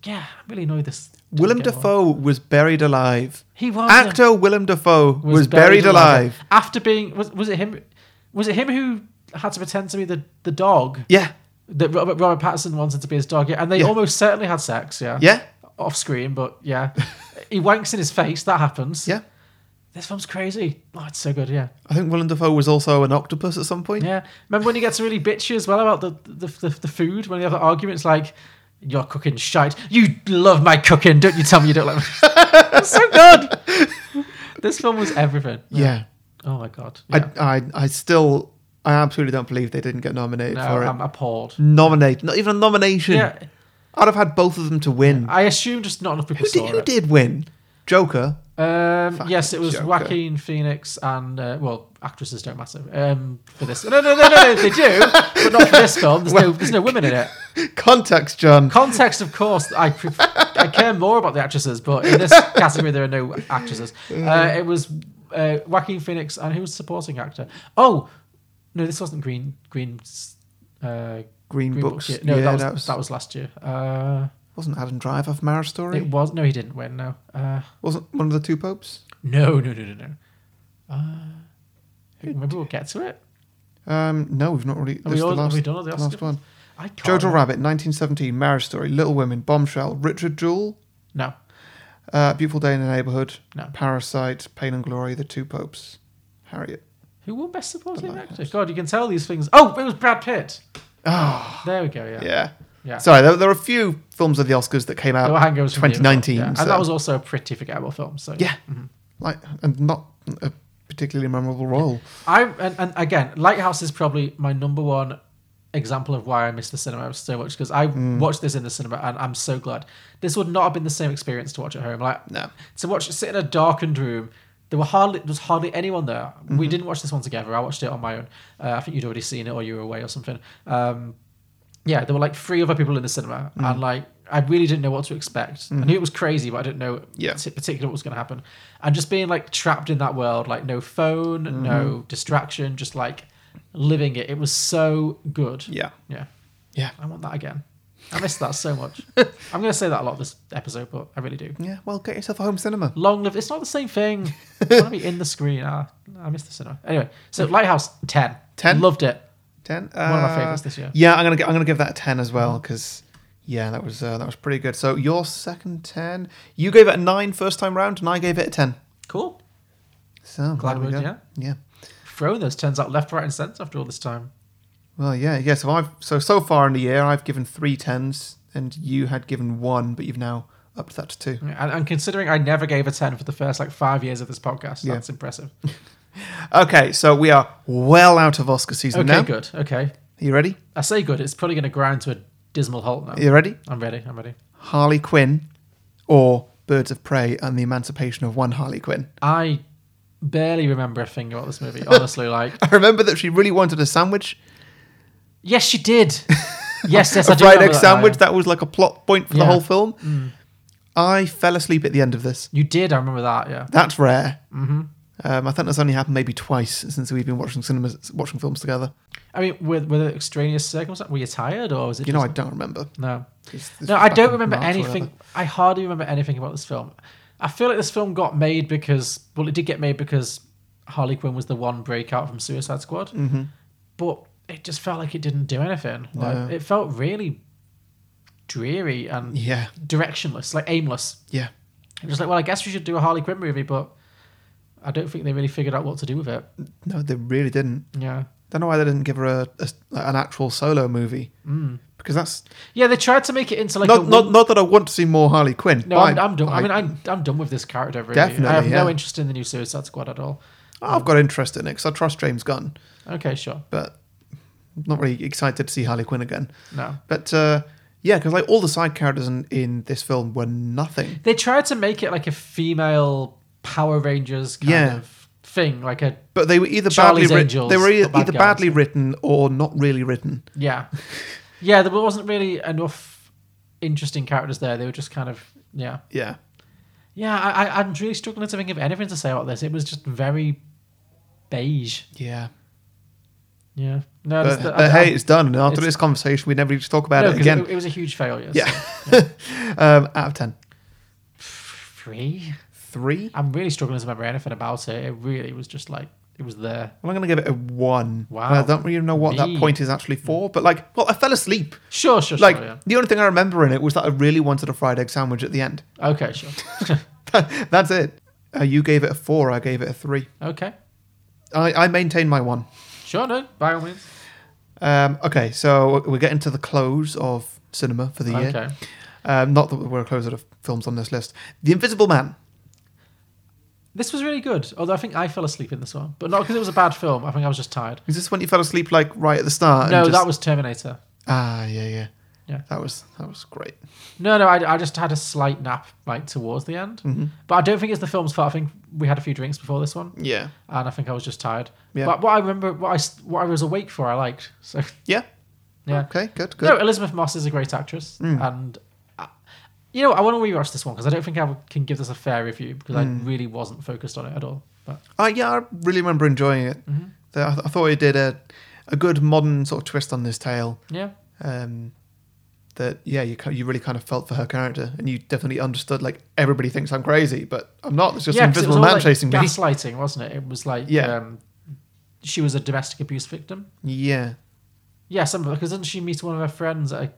S2: Yeah, I'm really annoyed this. didn't
S1: Willem
S2: get more.
S1: Dafoe was buried alive.
S2: He was Oh, yeah.
S1: Actor Willem Dafoe was, buried, alive.
S2: after being was was it him? Was it him who had to pretend to be the the dog?
S1: Yeah,
S2: that Robert, Robert Pattinson wanted to be his dog, yeah, and they
S1: Yeah.
S2: almost certainly had sex, yeah,
S1: yeah,
S2: off screen, but yeah, he wanks in his face. That happens.
S1: yeah.
S2: this film's crazy. Oh, it's so good, yeah,
S1: I think Willem Dafoe was also an octopus at some point.
S2: yeah. Remember when he gets really bitchy as well about the the, the, the food when they have the arguments like. You're cooking shite. You love my cooking, don't you? Tell me you don't like. My... it's so good. This film was everything.
S1: Yeah.
S2: Oh my god. Yeah.
S1: I, I, I still, I absolutely don't believe they didn't get nominated
S2: no,
S1: for it. Mm.
S2: I'm appalled.
S1: Nominated, not even a nomination.
S2: Yeah,
S1: I'd have had both of them to win.
S2: I assume just not enough people
S1: who
S2: saw
S1: did, who
S2: it.
S1: did win? Joker.
S2: Um, yes, it was
S1: Joker.
S2: Joaquin Phoenix and uh, well, actresses don't matter um, for this. No, no, no, no, no, they do, but not for this film. There's no, there's no women in it.
S1: Context, John.
S2: Context, of course. I pref- I care more about the actresses, but in this category, there are no actresses. Uh, it was uh, Joaquin Phoenix and who was supporting actor? Oh, no, this wasn't Green Green. Uh,
S1: Green,
S2: Green
S1: Books.
S2: Book. yeah. No,
S1: yeah,
S2: that, was, that was last year. Uh,
S1: wasn't Adam Driver of Marriage Story.
S2: it was no, he didn't win. No, uh,
S1: wasn't one of the two popes.
S2: no, no, no, no, no. Uh, maybe we'll get to it.
S1: Um, no, we've not really. this
S2: Are we,
S1: is the
S2: all,
S1: last,
S2: are we done with the Oscar?
S1: last one.
S2: I can't.
S1: Jojo Rabbit, 1917, Marriage Story, Little Women, Bombshell, Richard Jewell,
S2: No.
S1: uh, Beautiful Day in the Neighborhood,
S2: No.
S1: Parasite, Pain and Glory, The Two Popes, Harriet.
S2: Who won Best Supporting
S1: Lighthouse.
S2: Actor? God, you can tell these things. Oh, it was Brad Pitt.
S1: Ah,
S2: There we go. Yeah.
S1: yeah.
S2: Yeah.
S1: Sorry, there, there were a few films of the Oscars that came out
S2: There were hangovers from the year before.
S1: 2019.
S2: Yeah. And
S1: so-
S2: that was Mm-hmm. also a pretty forgettable film. So
S1: yeah, like and not a particularly memorable role.
S2: I and, and again, Lighthouse is probably my number one example of why I miss the cinema so much because I
S1: Mm.
S2: watched this in the cinema and I'm so glad. This would not have been the same experience to watch at home. Like
S1: No.
S2: to watch sit in a darkened room. There were hardly there was hardly anyone there. We
S1: Mm-hmm.
S2: didn't watch this one together. I watched it on my own. Uh, I think you'd already seen it or you were away or something. Um, yeah, there were like three other people in the cinema,
S1: Mm.
S2: and like I really didn't know what to expect. I knew it was crazy, but I didn't know
S1: Mm-hmm. Yeah.
S2: t- particularly what was going to happen. And just being like trapped in that world, like no phone,
S1: Mm-hmm.
S2: no distraction, just like living it. It was so good.
S1: Yeah.
S2: yeah,
S1: Yeah.
S2: I want that again. I missed that so much. I'm going to say that a lot this episode, but I really do.
S1: Yeah. Well, get yourself a home cinema.
S2: Long live. It's not the same thing. I want to be in the screen. Ah, I missed the cinema. Anyway, so Lighthouse 10.
S1: 10?
S2: Loved it.
S1: Ten.
S2: One of my
S1: Uh,
S2: favourites this year. Mm-hmm.
S1: Yeah, I'm gonna gi- I'm gonna give that a ten as well because yeah, that was uh, that was pretty good. So your second ten, you gave it a nine first time round, and I gave it a ten.
S2: Cool.
S1: So glad we
S2: Gladwood,
S1: got
S2: yeah.
S1: yeah.
S2: Throwing those turns out left, right, and centre after all this time.
S1: Well, yeah, yeah. So I've so so far in the year, I've given three tens, and you had given one, but you've now upped that to two.
S2: Yeah, And, and considering I never gave a 10 for the first like five years of this podcast,
S1: Yeah.
S2: that's impressive.
S1: Okay, so we are well out of Oscar season
S2: Okay,
S1: now.
S2: good. Okay.
S1: Are you ready?
S2: I say good. It's probably going to grind to a dismal halt now.
S1: Are you ready?
S2: I'm ready. I'm ready.
S1: Harley Quinn, or Birds of Prey and the Emancipation of One Harley Quinn.
S2: I barely remember a thing about this movie, honestly. like,
S1: I remember that she really wanted a sandwich,
S2: yes, she did. Yes, yes, I
S1: a
S2: do
S1: fried
S2: remember
S1: egg
S2: that now,
S1: sandwich.
S2: yeah.
S1: That was like a plot point for the
S2: Yeah. Mm.
S1: whole film. I fell asleep at the end of this.
S2: You did. I remember that. Yeah.
S1: That's rare.
S2: Mm-hmm.
S1: Um, I think that's only happened maybe twice since we've been watching cinemas, watching films together.
S2: I mean, were, were there extraneous circumstances? Were you tired or was it
S1: You know, I
S2: just-
S1: don't remember.
S2: no.
S1: This- this
S2: No,
S1: was
S2: I
S1: back
S2: don't
S1: in
S2: remember
S1: March or
S2: anything.
S1: whatever.
S2: I hardly remember anything about this film. I feel like this film got made because, well, it did get made because Harley Quinn was the one breakout from Suicide Squad,
S1: Mm-hmm.
S2: but it just felt like it didn't do anything. Like,
S1: No.
S2: It felt really dreary and
S1: Yeah,
S2: directionless, like aimless.
S1: yeah,
S2: It was like, well, I guess we should do a Harley Quinn movie, but I don't think they really figured out what to do with it.
S1: no, they really didn't.
S2: Yeah.
S1: Don't know why they didn't give her a, a- like an actual solo movie because that's
S2: Yeah, they tried to make it into Mm. like
S1: not
S2: a one-
S1: not not that I want to see more Harley Quinn.
S2: No,
S1: By-
S2: I'm, I'm done. I
S1: by-
S2: mean, I'm, I'm done with this character. Really. I have
S1: Definitely,
S2: no
S1: yeah.
S2: interest in the new Suicide Squad at all.
S1: I've got interest in it because I trust James Gunn,
S2: Okay, sure.
S1: but I'm not really excited to see Harley Quinn again.
S2: No.
S1: But uh, yeah, because like all the side characters in, in this film were nothing.
S2: They tried to make it like a female Power Rangers kind
S1: Yeah.
S2: of thing. Like a,
S1: But they were either
S2: Charlie's
S1: badly written.
S2: Angels,
S1: They were
S2: the
S1: either,
S2: bad
S1: either
S2: guys.
S1: badly written or not really written.
S2: yeah. yeah, there wasn't really enough interesting characters there. They were just kind of, yeah.
S1: Yeah,
S2: Yeah, I, I, I'm really struggling to think of anything to say about this. It was just very beige.
S1: yeah.
S2: Yeah.
S1: But,
S2: No, that's the-
S1: but
S2: I-
S1: hey, it's done. And after
S2: it's-
S1: this conversation, we never need to talk
S2: I-
S1: about
S2: no,
S1: it
S2: 'cause
S1: again.
S2: It, it was a huge failure.
S1: Yeah.
S2: So
S1: um, out of ten,
S2: free.
S1: three.
S2: I'm really struggling to remember anything about it. It really was just like it was there.
S1: Well, I'm going to give it a one.
S2: Wow.
S1: I don't really know what
S2: Me.
S1: that point is actually for, but like, well, I fell asleep.
S2: Sure, sure,
S1: Like,
S2: sure. Yeah.
S1: the only thing I remember in it was that I really wanted a fried egg sandwich at the end.
S2: Okay, sure.
S1: That's it. Uh, you gave it a four. I gave it a three.
S2: okay,
S1: I, I maintain my one.
S2: sure. No, by all means.
S1: Um, okay, so we're getting to the close of cinema for the year.
S2: Okay.
S1: Um, not that we're close out of films on this list. The Invisible Man.
S2: This was really good. Although I think I fell asleep in this one, but not because it was a bad film. I think I was just tired.
S1: Is this when you fell asleep like right at the start?
S2: no,
S1: and just-
S2: that was Terminator.
S1: ah yeah yeah
S2: Yeah.
S1: That was that was great.
S2: No, no, I, I just had a slight nap like towards the end,
S1: Mm-hmm.
S2: but I don't think it's the film's fault. I think we had a few drinks before this one,
S1: Yeah
S2: and I think I was just tired.
S1: Yeah.
S2: But what I remember, what I s- what I was awake for, I liked. So
S1: yeah
S2: yeah.
S1: okay good good. Mm.
S2: No, Elizabeth Moss is a great actress, and I, you know I want to rewatch this one because I don't think I can give this a fair review because
S1: Mm.
S2: I really wasn't focused on it at all. But
S1: Uh, yeah, I really remember enjoying it.
S2: Mm-hmm.
S1: The- I, th- I thought it did a, a good modern sort of twist on this tale.
S2: yeah,
S1: Um, that yeah, you ki- you really kind of felt for her character, and you definitely understood. Like everybody thinks I'm crazy, but I'm not. It's just
S2: yeah,
S1: an
S2: 'cause
S1: invisible
S2: it was all,
S1: man
S2: like,
S1: chasing me.
S2: Gaslighting, wasn't it? It was like
S1: Yeah.
S2: um, she was a domestic abuse victim.
S1: Yeah,
S2: Yeah, some because doesn't she meet one of her friends at a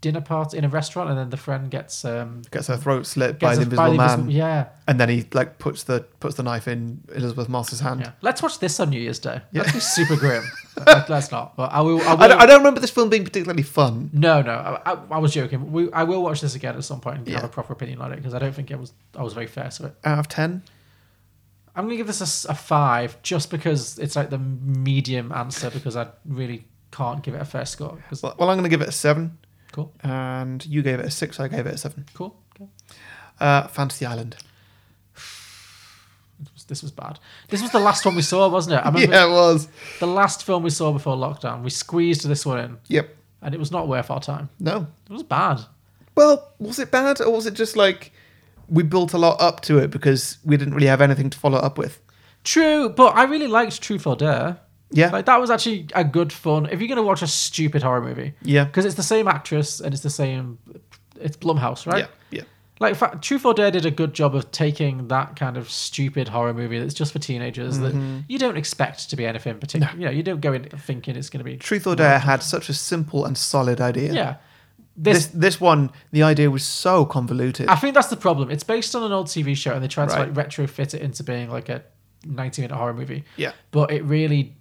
S2: dinner party in a restaurant, and then the friend gets um
S1: gets her throat slit by
S2: gets
S1: the
S2: a-
S1: invisible man,
S2: invisible- yeah,
S1: and then he like puts the puts the knife in Elizabeth Moss's hand.
S2: yeah. Let's watch this on New Year's Day.
S1: Yeah.
S2: Let's be super grim. Let- Let's not. But I will. I will
S1: I, don't, I don't remember this film being particularly fun.
S2: No, no, I, I, I was joking. We, I will watch this again at some point and
S1: Yeah.
S2: have a proper opinion on it because I don't think it was I was very fair to it.
S1: Out of ten,
S2: I'm gonna give this a s- a, five just because it's like the medium answer because I really can't give it a fair score. 'cause-
S1: Well, I'm going to give it a seven,
S2: cool,
S1: and you gave it a six. I gave it a seven.
S2: cool. Okay.
S1: Uh, Fantasy Island.
S2: This was, this was bad. This was the last one we saw, wasn't it? I remember
S1: Yeah, it was.
S2: the last film we saw before lockdown. We squeezed this one in,
S1: Yep.
S2: and it was not worth our time.
S1: No.
S2: It was bad.
S1: Well, was it bad or was it just like we built a lot up to it because we didn't really have anything to follow up with?
S2: True, but I really liked Truth or Dare.
S1: Yeah.
S2: Like that was actually a good fun. If you're gonna watch a stupid horror movie,
S1: Yeah.
S2: because it's the same actress and it's the same, it's Blumhouse, right?
S1: Yeah. Yeah.
S2: Like fa- Truth or Dare did a good job of taking that kind of stupid horror movie that's just for teenagers
S1: Mm-hmm.
S2: that you don't expect to be anything particular. You know, you don't go in thinking it's gonna be.
S1: Truth or Dare had such a simple and solid idea.
S2: yeah.
S1: This
S2: This, Ah.
S1: this one, the idea was so convoluted.
S2: I think that's the problem. It's based on an old TV show and they tried to
S1: Right.
S2: like retrofit it into being like a 90 minute horror movie.
S1: Yeah.
S2: but it really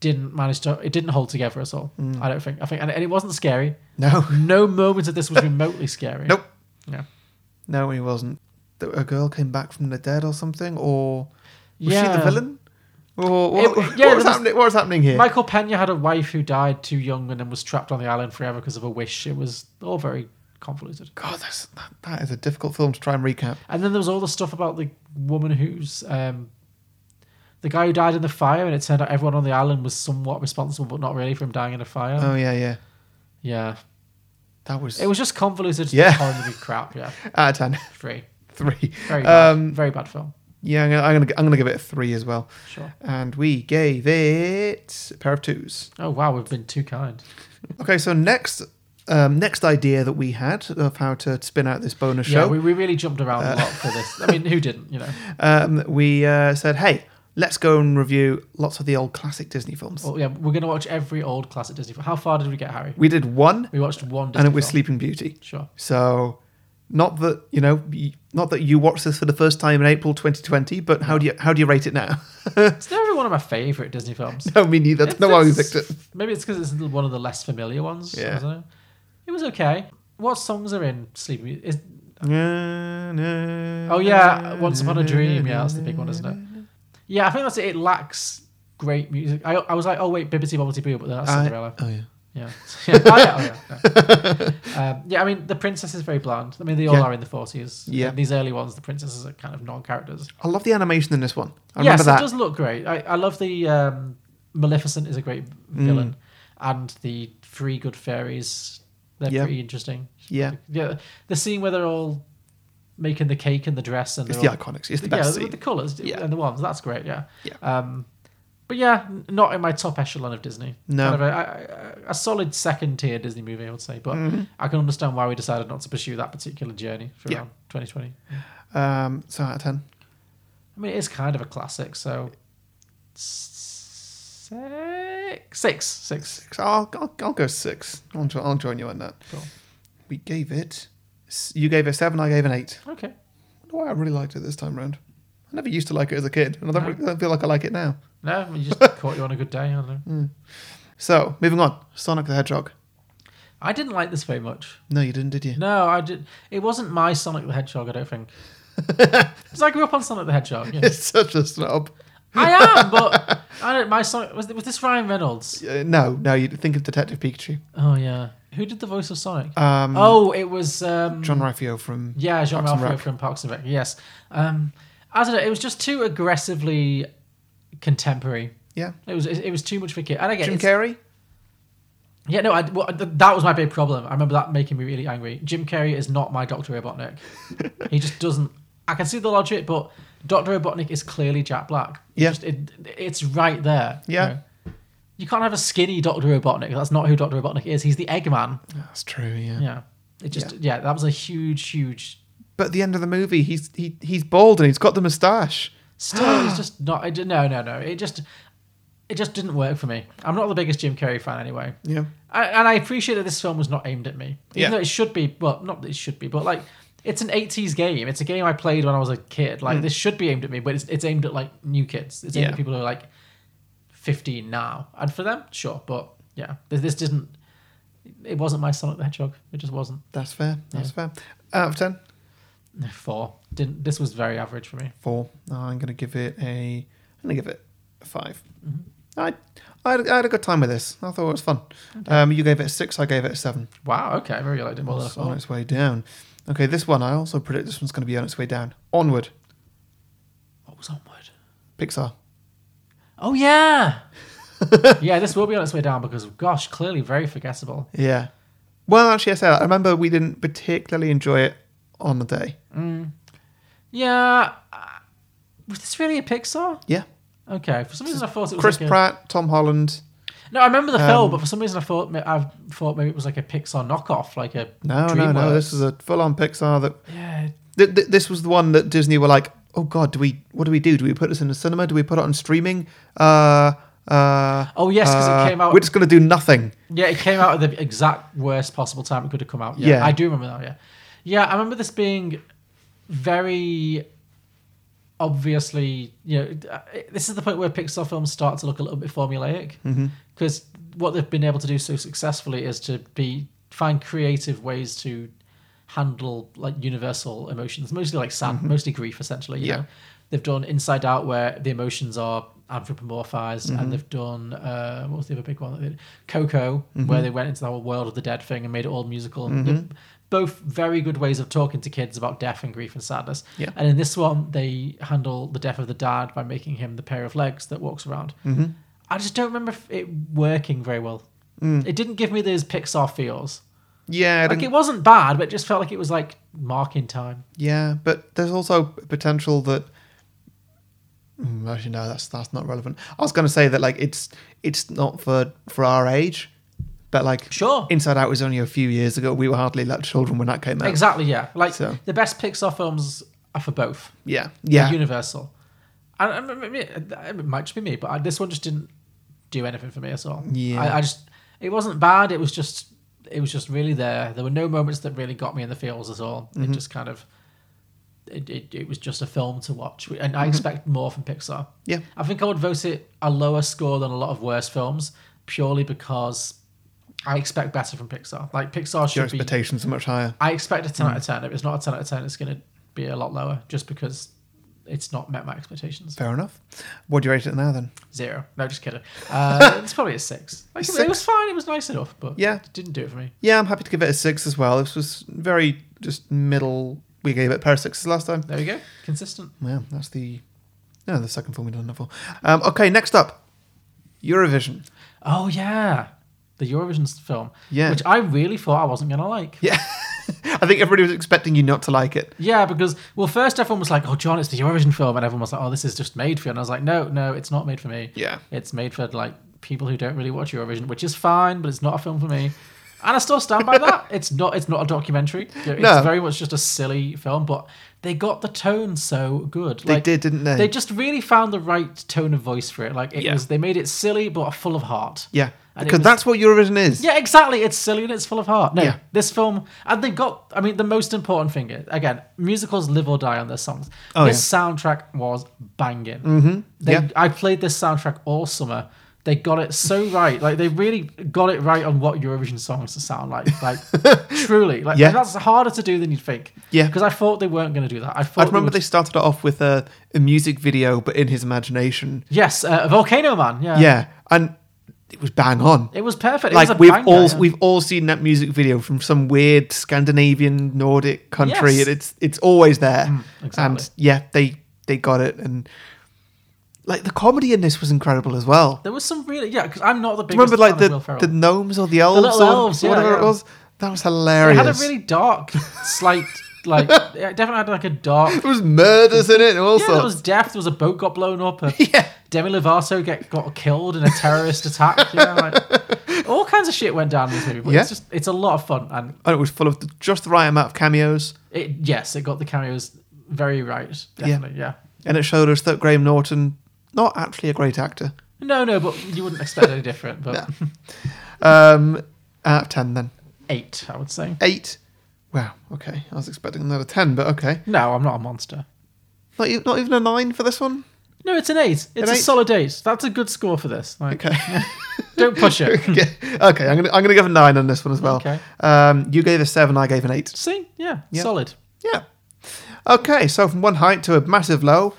S2: didn't manage to it didn't hold together at all i don't think i think and, and it wasn't scary
S1: Mm. No.
S2: no moment of this was remotely scary
S1: Nope.
S2: yeah
S1: No, he wasn't. That A girl came back from the dead or something, or was she
S2: Yeah.
S1: the villain? Or what,
S2: It- yeah,
S1: what was
S2: there was-
S1: happening? What was happening here?
S2: michael pena had a wife who died too young and then was trapped on the island forever because of a wish it was all very convoluted
S1: God, that's, that, that is a difficult film to try and recap.
S2: and then there was all the stuff about the woman who's um the guy who died in the fire and it turned out everyone on the island was somewhat responsible but not really for him dying in a fire
S1: Oh yeah, yeah,
S2: yeah
S1: that was,
S2: it was just convoluted
S1: Yeah.
S2: horror movie crap yeah
S1: out of ten
S2: three
S1: three.
S2: very bad
S1: Um,
S2: very bad film
S1: yeah, I'm gonna, I'm gonna I'm gonna give it a three as well.
S2: sure
S1: And we gave it a pair of twos.
S2: Oh wow, we've been too kind.
S1: Okay, so next um, next idea that we had of how to spin out this bonus
S2: Yeah,
S1: show,
S2: we, we really jumped around
S1: Uh,
S2: a lot for this. I mean, who didn't? You know,
S1: um, we uh, said, hey, let's go and review lots of the old classic Disney films.
S2: well, yeah, we're gonna watch every old classic Disney film. How far did we get, Harry?
S1: We did one,
S2: We watched one. Disney
S1: and it was
S2: film.
S1: Sleeping Beauty.
S2: Sure.
S1: So, not that you know, y- not that you watched this for the first time in April 2020, but how do you how do you rate it now?
S2: It's never one of my favorite Disney films.
S1: no, me neither. That's not why we
S2: It's-
S1: picked it.
S2: Maybe it's because it's one of the less familiar ones. I
S1: Yeah.
S2: don't know. It was okay. What songs are in Sleeping Beauty? Is,
S1: Oh
S2: oh yeah, Once Upon a Dream. Yeah, that's the big one, isn't it? Yeah, I think that's it. It lacks great music. I, I was like, oh wait, Bibbity Bobbity Boo, but then that's Cinderella.
S1: oh yeah.
S2: Yeah. yeah. Oh, yeah. oh, yeah. Um, yeah, I mean, the princess is very bland. I mean, they all
S1: Yeah.
S2: are in the 40s.
S1: Yeah.
S2: And these early ones, the princesses are kind of non characters.
S1: I love the animation in this one. I
S2: Yes,
S1: remember that.
S2: it does look great. I, I love the um, Maleficent is a great
S1: Mm.
S2: villain, and the three good fairies. They're
S1: Yeah.
S2: pretty interesting.
S1: Yeah,
S2: Yeah. The scene where they're all making the cake and the dress and
S1: it's the
S2: they're all-
S1: iconics. It's the
S2: yeah,
S1: best
S2: with the
S1: scene.
S2: colours
S1: Yeah.
S2: and the ones. That's great, yeah.
S1: Yeah.
S2: Um, but yeah, n- not in my top echelon of Disney.
S1: No.
S2: Kind of a, a, a solid second tier Disney movie, I would say. But I can understand why we decided not to pursue that particular journey for
S1: Mm-hmm. Yeah.
S2: around 2020.
S1: Um, so out of ten.
S2: I mean, it is kind of a classic, so. Six. Six. Six.
S1: Six. I'll, I'll, I'll go six. I'll, jo- I'll join you on that.
S2: Cool.
S1: We gave it. s- You gave it seven. I gave an eight.
S2: Okay.
S1: I wonder why I really liked it this time round. I never used to like it as a kid, and I don't,
S2: No.
S1: really- I don't feel like I like it now.
S2: No, we just caught you on a good day. I don't know.
S1: Mm. So moving on, Sonic the Hedgehog.
S2: I didn't like this very much.
S1: No, you didn't, did you?
S2: No, I did. It wasn't my Sonic the Hedgehog. I don't think. Because I grew up on Sonic the Hedgehog. You know.
S1: It's such a snob.
S2: I am, but I don't. My Sonic was, was this Ryan Reynolds?
S1: Uh, no, no, you think of Detective Pikachu.
S2: Oh yeah, who did the voice of Sonic?
S1: Um,
S2: oh, it was um,
S1: John Ralphio from.
S2: yeah, Jean
S1: Parks and
S2: Ralphio
S1: Rec.
S2: from Parks and Rec. Yes, um, I don't know. It was just too aggressively contemporary.
S1: Yeah.
S2: It was it, it was too much for a kid. And I get
S1: Jim
S2: it's-
S1: Carrey.
S2: yeah, no, I, well, th- that was my big problem. I remember that making me really angry. Jim Carrey is not my Doctor Robotnik. he just doesn't. I can see the logic, but Doctor Robotnik is clearly Jack Black. It
S1: Yeah.
S2: just, it, it's right there. you
S1: Yeah.
S2: know. You can't have a skinny Doctor Robotnik. That's not who Doctor Robotnik is. He's the Eggman.
S1: That's true. Yeah.
S2: Yeah. It just yeah, that was a huge, huge.
S1: But at the end of the movie, he's he he's bald and he's got the moustache.
S2: Still, it's just not. It, no, no, no. It just, it just didn't work for me. I'm not the biggest Jim Carrey fan anyway,
S1: Yeah.
S2: I, and I appreciate that this film was not aimed at me. Even
S1: Yeah.
S2: though it should be. Well, not that it should be, but like, it's an '80s game. It's a game I played when I was a kid. Like, this should be aimed at me, but it's, it's aimed at like new kids. It's aimed
S1: Hmm. Yeah.
S2: at people who are like 15 now, and for them, sure. But yeah, this, this didn't. It wasn't my Sonic the Hedgehog. It just wasn't.
S1: That's fair. That's fair. Out of ten.
S2: Four. Didn't. This was very average for me. Mm-hmm.
S1: Four. No, I'm gonna give it a. I'm gonna give it a 5 I, I, had, I had a good time with this. I thought it was fun. Um, you gave it a six. I gave it a seven.
S2: Wow. Okay. Very liked it more than I
S1: It's on
S2: thought.
S1: its way down. Okay, this one I also predict this one's going to be on its way down. Onward,
S2: What was onward?
S1: Pixar.
S2: Oh yeah. yeah, this will be on its way down because, gosh, clearly very forgettable.
S1: Yeah. Well, actually, I say that. I remember we didn't particularly enjoy it on the day.
S2: Yeah. uh, Was this really a Pixar?
S1: Yeah.
S2: Okay. For some reason, I thought it was
S1: Chris
S2: like a-
S1: Pratt, Tom Holland.
S2: No, I remember the
S1: Um,
S2: film, but for some reason I thought ma- I thought maybe it was like a Pixar knockoff, like a
S1: No, no,
S2: DreamWorks.
S1: no. This is a full-on Pixar that
S2: yeah,
S1: th- th- this was the one that Disney were like, oh god, do we? What do we do? Do we put this in the cinema? Do we put it on streaming? Uh, uh,
S2: Oh, yes, 'cause it came out-
S1: We're just gonna do nothing.
S2: yeah. It came out at the exact worst possible time it could have come out. Yeah,
S1: Yeah.
S2: I do remember that. Yeah, yeah, I remember this being very obviously. You know, uh, this is the point where Pixar films start to look a little bit formulaic
S1: Mm-hmm.
S2: because what they've been able to do so successfully is to be find creative ways to handle like universal emotions, mostly like sad, mostly grief, essentially. You
S1: Mm-hmm. Yeah.
S2: know? they've done Inside Out, where the emotions are anthropomorphized,
S1: Mm-hmm.
S2: and they've done uh, what was the other big one? that they did? Coco,
S1: Mm-hmm.
S2: where they went into the whole world of the dead thing and made it all musical. And they're Both very good ways of talking to kids about death and grief and sadness.
S1: Yeah.
S2: And in this one, they handle the death of the dad by making him the pair of legs that walks around.
S1: Mm-hmm.
S2: I just don't remember if it working very well. It didn't give me those Pixar feels.
S1: Yeah, Mm. I
S2: Like
S1: didn't-
S2: it wasn't bad, but it just felt like it was like marking time.
S1: yeah, but there's also potential that. Mm, Actually, no, that's that's not relevant. I was gonna say that like it's it's not for for our age, but like
S2: Sure.
S1: Inside Out was only a few years ago. We were hardly like children when that came out.
S2: Exactly, yeah. Like
S1: So-
S2: the best Pixar films are for both.
S1: Yeah,
S2: They're
S1: yeah,
S2: Universal. And, and- and- and- and- and it might just be me, but I, this one just didn't do anything for me at all.
S1: Yeah.
S2: I, I just it wasn't bad. It was just it was just really there. There were no moments that really got me in the feels at all. It
S1: Mm-hmm.
S2: just kind of it, it, it was just a film to watch, and
S1: Mm-hmm.
S2: I expect more from Pixar.
S1: yeah.
S2: I think I would vote it a lower score than a lot of worse films purely because I expect better from Pixar. Like Pixar
S1: Your
S2: should be.
S1: expectations are much higher.
S2: I expect a ten out of
S1: Hmm.
S2: ten. If it's not a ten out of ten, it's going to be a lot lower just because it's not met my expectations.
S1: Fair enough. What do you rate it now then?
S2: Zero. No, just kidding. Uh, it's probably a six. Like, It
S1: Six?
S2: was fine. It was nice enough, but
S1: Yeah.
S2: it didn't do it for me.
S1: Yeah, I'm happy to give it a six as well. This was very just middle. We gave it a pair of sixes last time.
S2: There we go. Consistent.
S1: Yeah, that's the no the second film we've done that for. Um, okay, next up, Eurovision.
S2: Oh yeah, the Eurovision film.
S1: Yeah.
S2: which I really thought I wasn't going to like.
S1: Yeah, I think everybody was expecting you not to like it.
S2: Yeah, because well, first everyone was like, "Oh, John, it's the Eurovision film," and everyone was like, "Oh, this is just made for you." And I was like, "No, no, it's not made for me.
S1: Yeah.
S2: it's made for like people who don't really watch Eurovision, which is fine, but it's not a film for me." And I still stand by that. It's not. It's not a documentary. It's
S1: No.
S2: very much just a silly film, but they got the tone so good.
S1: They did, didn't they?
S2: They just really found the right tone of voice for it. Like it
S1: Yeah.
S2: was. They made it silly but full of heart.
S1: Yeah,
S2: And it
S1: because
S2: was-
S1: that's what Eurovision is.
S2: Yeah, exactly. It's silly and it's full of heart. No,
S1: Yeah.
S2: this film, and they got, I mean, the most important thing is, again, musicals live or die on their songs.
S1: Oh,
S2: this soundtrack was banging. Mm-hmm. They,
S1: Yeah.
S2: I played this soundtrack all summer. They got it so right. Like, they really got it right on what Eurovision songs to sound like. Like, truly. Like,
S1: Yeah.
S2: and that's harder to do than you'd think.
S1: Yeah.
S2: Because I thought they weren't going to do that. I
S1: I
S2: thought
S1: remember
S2: they
S1: they
S2: would-
S1: started it off with a, a music video, but in his imagination.
S2: Yes, uh, Volcano Man. Yeah.
S1: Yeah, and it was bang on.
S2: It was perfect. It was
S1: like
S2: a
S1: we've
S2: banger,
S1: all
S2: yeah.
S1: we've all seen that music video from some weird Scandinavian Nordic country,
S2: Yes. Mm,
S1: and it's it's always there.
S2: exactly.
S1: And yeah, they they got it, and like the comedy in this was incredible as well.
S2: There was some really, yeah, because I'm not the
S1: Do
S2: biggest
S1: you remember like
S2: fan of Will
S1: the
S2: Ferrell.
S1: the gnomes or the elves
S2: little
S1: or
S2: elves, yeah,
S1: whatever
S2: yeah.
S1: it was? That was
S2: It
S1: hilarious.
S2: had a really dark, slight, like, it definitely had like a dark.
S1: there was murders in it and all
S2: Yeah, there
S1: sorts.
S2: was death. There was a boat got blown up. A
S1: Yeah.
S2: Demi Lovato get got killed in a terrorist attack. You know, like, all kinds of shit went down in this movie. But
S1: Yeah.
S2: it's just, it's a lot of fun, and
S1: And it was full of the, just the right amount of cameos,
S2: it, yes, it got the cameos very right. Definitely, yeah.
S1: and it showed us that Graham Norton not actually a great actor.
S2: No, no, but you wouldn't expect any different. But
S1: Um, out of ten, then
S2: eight, I would say.
S1: eight. Wow. Okay, I was expecting another ten, but okay.
S2: No, I'm not a monster.
S1: Not even, not even a nine for this one.
S2: No, it's an eight. It's a
S1: eight?
S2: solid eight. That's a good score for this. Like,
S1: Okay.
S2: don't push it.
S1: okay. Okay. I'm gonna I'm gonna give a nine on this one as well.
S2: Okay.
S1: Um, you gave a seven. I gave an eight.
S2: See,
S1: Yeah.
S2: yeah, solid.
S1: Yeah. Okay. So from one height to a massive low,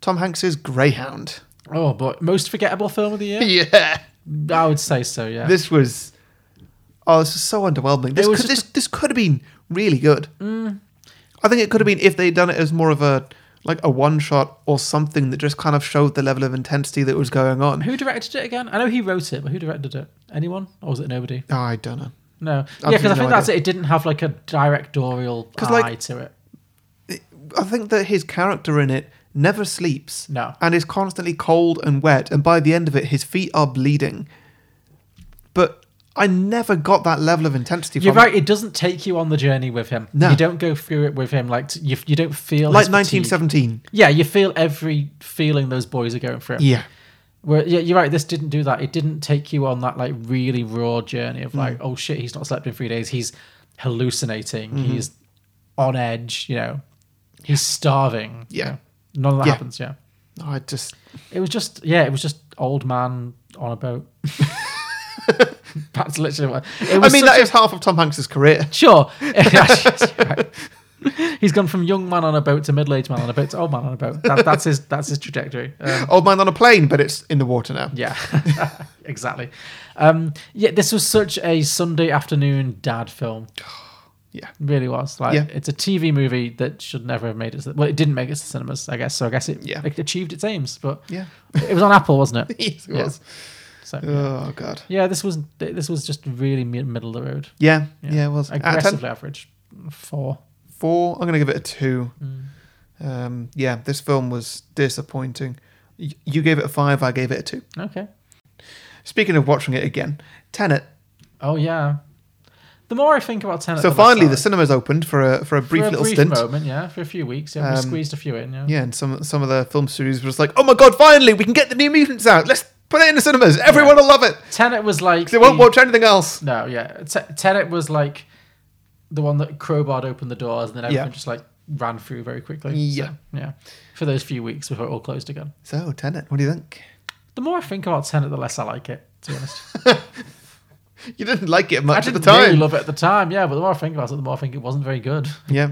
S1: Tom Hanks's Greyhound.
S2: Oh, but most forgettable film of the year?
S1: yeah.
S2: I would say so, yeah.
S1: This was. Oh, this was so underwhelming. This
S2: It was
S1: could, this,
S2: just Mm.
S1: this could have been really good. I think it could have been if they'd done it as more of a like a one shot or something that just kind of showed the level of intensity that was going on.
S2: who directed it again? I know he wrote it, but who directed it? Anyone? Or was it nobody?
S1: I don't know.
S2: No. yeah, because I
S1: Absolutely
S2: think
S1: no
S2: that's
S1: idea.
S2: it. It didn't have like a directorial
S1: 'Cause,
S2: eye
S1: like-
S2: to it.
S1: I think that his character in it never sleeps.
S2: No.
S1: And is constantly cold and wet. And by the end of it, his feet are bleeding. But I never got that level of intensity
S2: You're
S1: from it.
S2: right. It doesn't take you on the journey with him.
S1: No.
S2: You don't go through it with him. Like t- you, you don't feel
S1: Like
S2: his fatigue.
S1: 1917.
S2: Yeah, you feel every feeling those boys are going through.
S1: Yeah.
S2: Where, yeah, you're right. This didn't do that. It didn't take you on that like really raw journey of
S1: Mm.
S2: like, oh shit, he's not slept in three days. He's hallucinating.
S1: Mm-hmm.
S2: He's on edge. You know, he's starving. you
S1: Yeah.
S2: know. none of that
S1: Yeah.
S2: happens. Yeah,
S1: I just.
S2: it was just yeah, it was just old man on a boat. That's literally what it
S1: I
S2: was.
S1: mean,
S2: such
S1: that is half of Tom Hanks's career.
S2: Sure. He's gone from young man on a boat to middle-aged man on a boat to old man on a boat. That, that's his. That's his trajectory. Um,
S1: Old man on a plane, but it's in the water now.
S2: yeah, exactly. Um, yeah, this was such a Sunday afternoon dad film.
S1: Yeah.
S2: Really was. Like,
S1: Yeah.
S2: it's a TV movie that should never have made it. to- Well, it didn't make it to cinemas, I guess. So I guess it,
S1: Yeah.
S2: it achieved its aims. But
S1: Yeah.
S2: it was on Apple, wasn't it?
S1: Yes, it
S2: Yeah.
S1: was.
S2: So
S1: Oh, God.
S2: yeah, this was this was just really mi- middle of the road.
S1: Yeah. Yeah, it was. Out of 10?
S2: aggressively average. Four. Mm.
S1: four. I'm going to give it a two. Um, yeah, this film was disappointing. Y- You gave it a five. I gave it a two.
S2: Okay.
S1: Speaking of watching it again, Tenet.
S2: Oh yeah. The more I think about Tenet,
S1: So
S2: the
S1: finally, the
S2: less I-
S1: cinemas opened for a for a brief
S2: for a
S1: little
S2: brief
S1: stint.
S2: moment, yeah, for a few weeks, yeah, we
S1: Um,
S2: squeezed a few in, yeah.
S1: Yeah, and some some of the film studios were just like, "Oh my god, finally, we can get the New Mutants out. Let's put it in the cinemas. Everyone will love it. 'Cause
S2: Tenet was like
S1: They won't
S2: the-
S1: watch anything else."
S2: No, yeah, T- Tenet was like the one that crowbarred opened the doors, and then everything
S1: Yeah.
S2: just like ran through very quickly.
S1: Yeah.
S2: so, yeah, for those few weeks before it all closed again.
S1: So Tenet, what do you think?
S2: The more I think about Tenet, the less I like it. To be honest,
S1: You didn't like it
S2: I
S1: much at the
S2: didn't
S1: time.
S2: really love it at the time, yeah, but the more I think about it, the more I think it wasn't very good.
S1: yeah,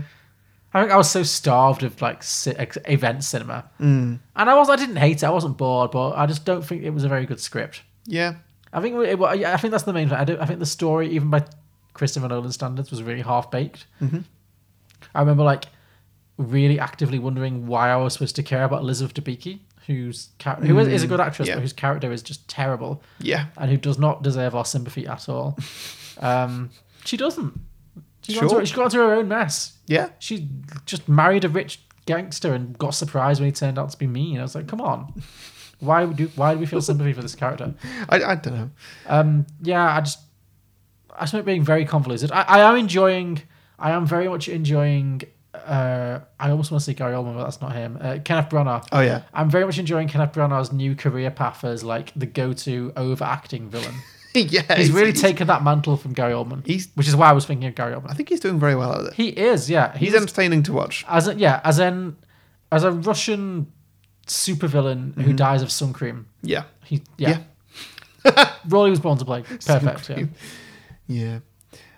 S2: I think I was so starved of like ci- ex- event cinema, mm. and I was I didn't hate it. I wasn't bored, but I just don't think it was a very good script.
S1: yeah,
S2: I think it, well, yeah, I think that's the main thing. I, don't, I think the story, even by Christopher Nolan standards, was really half baked.
S1: Mm-hmm.
S2: I remember like really actively wondering why I was supposed to care about Elizabeth Debicki, who's char- who is, is a good actress,
S1: Mm, yeah.
S2: but whose character is just terrible
S1: yeah.
S2: and who does not deserve our sympathy at all. um, she doesn't. She got,
S1: Sure.
S2: into, she got into her own mess.
S1: Yeah.
S2: She just married a rich gangster and got surprised when he turned out to be mean. I was like, come on. Why would you, why do we feel sympathy for this character?
S1: I, I don't know.
S2: Um, yeah, I just I just remember being very convoluted. I, I am enjoying. I am very much enjoying. Uh, I almost want to say Gary Oldman, but that's not him. Uh, Kenneth Branagh.
S1: Oh yeah,
S2: I'm very much enjoying Kenneth Branagh's new career path as like the go-to overacting villain.
S1: yeah.
S2: He's really taken that mantle from Gary Oldman,
S1: He's-
S2: which is why I was thinking of Gary
S1: I
S2: Oldman.
S1: think he's doing very well at it.
S2: He is, yeah. He
S1: He's
S2: was-
S1: entertaining to watch.
S2: as a, yeah, as an as a Russian supervillain
S1: Mm-hmm.
S2: who dies of sun cream.
S1: Yeah.
S2: He yeah. Rolly was born to play. Perfect. Yeah.
S1: cream. Yeah.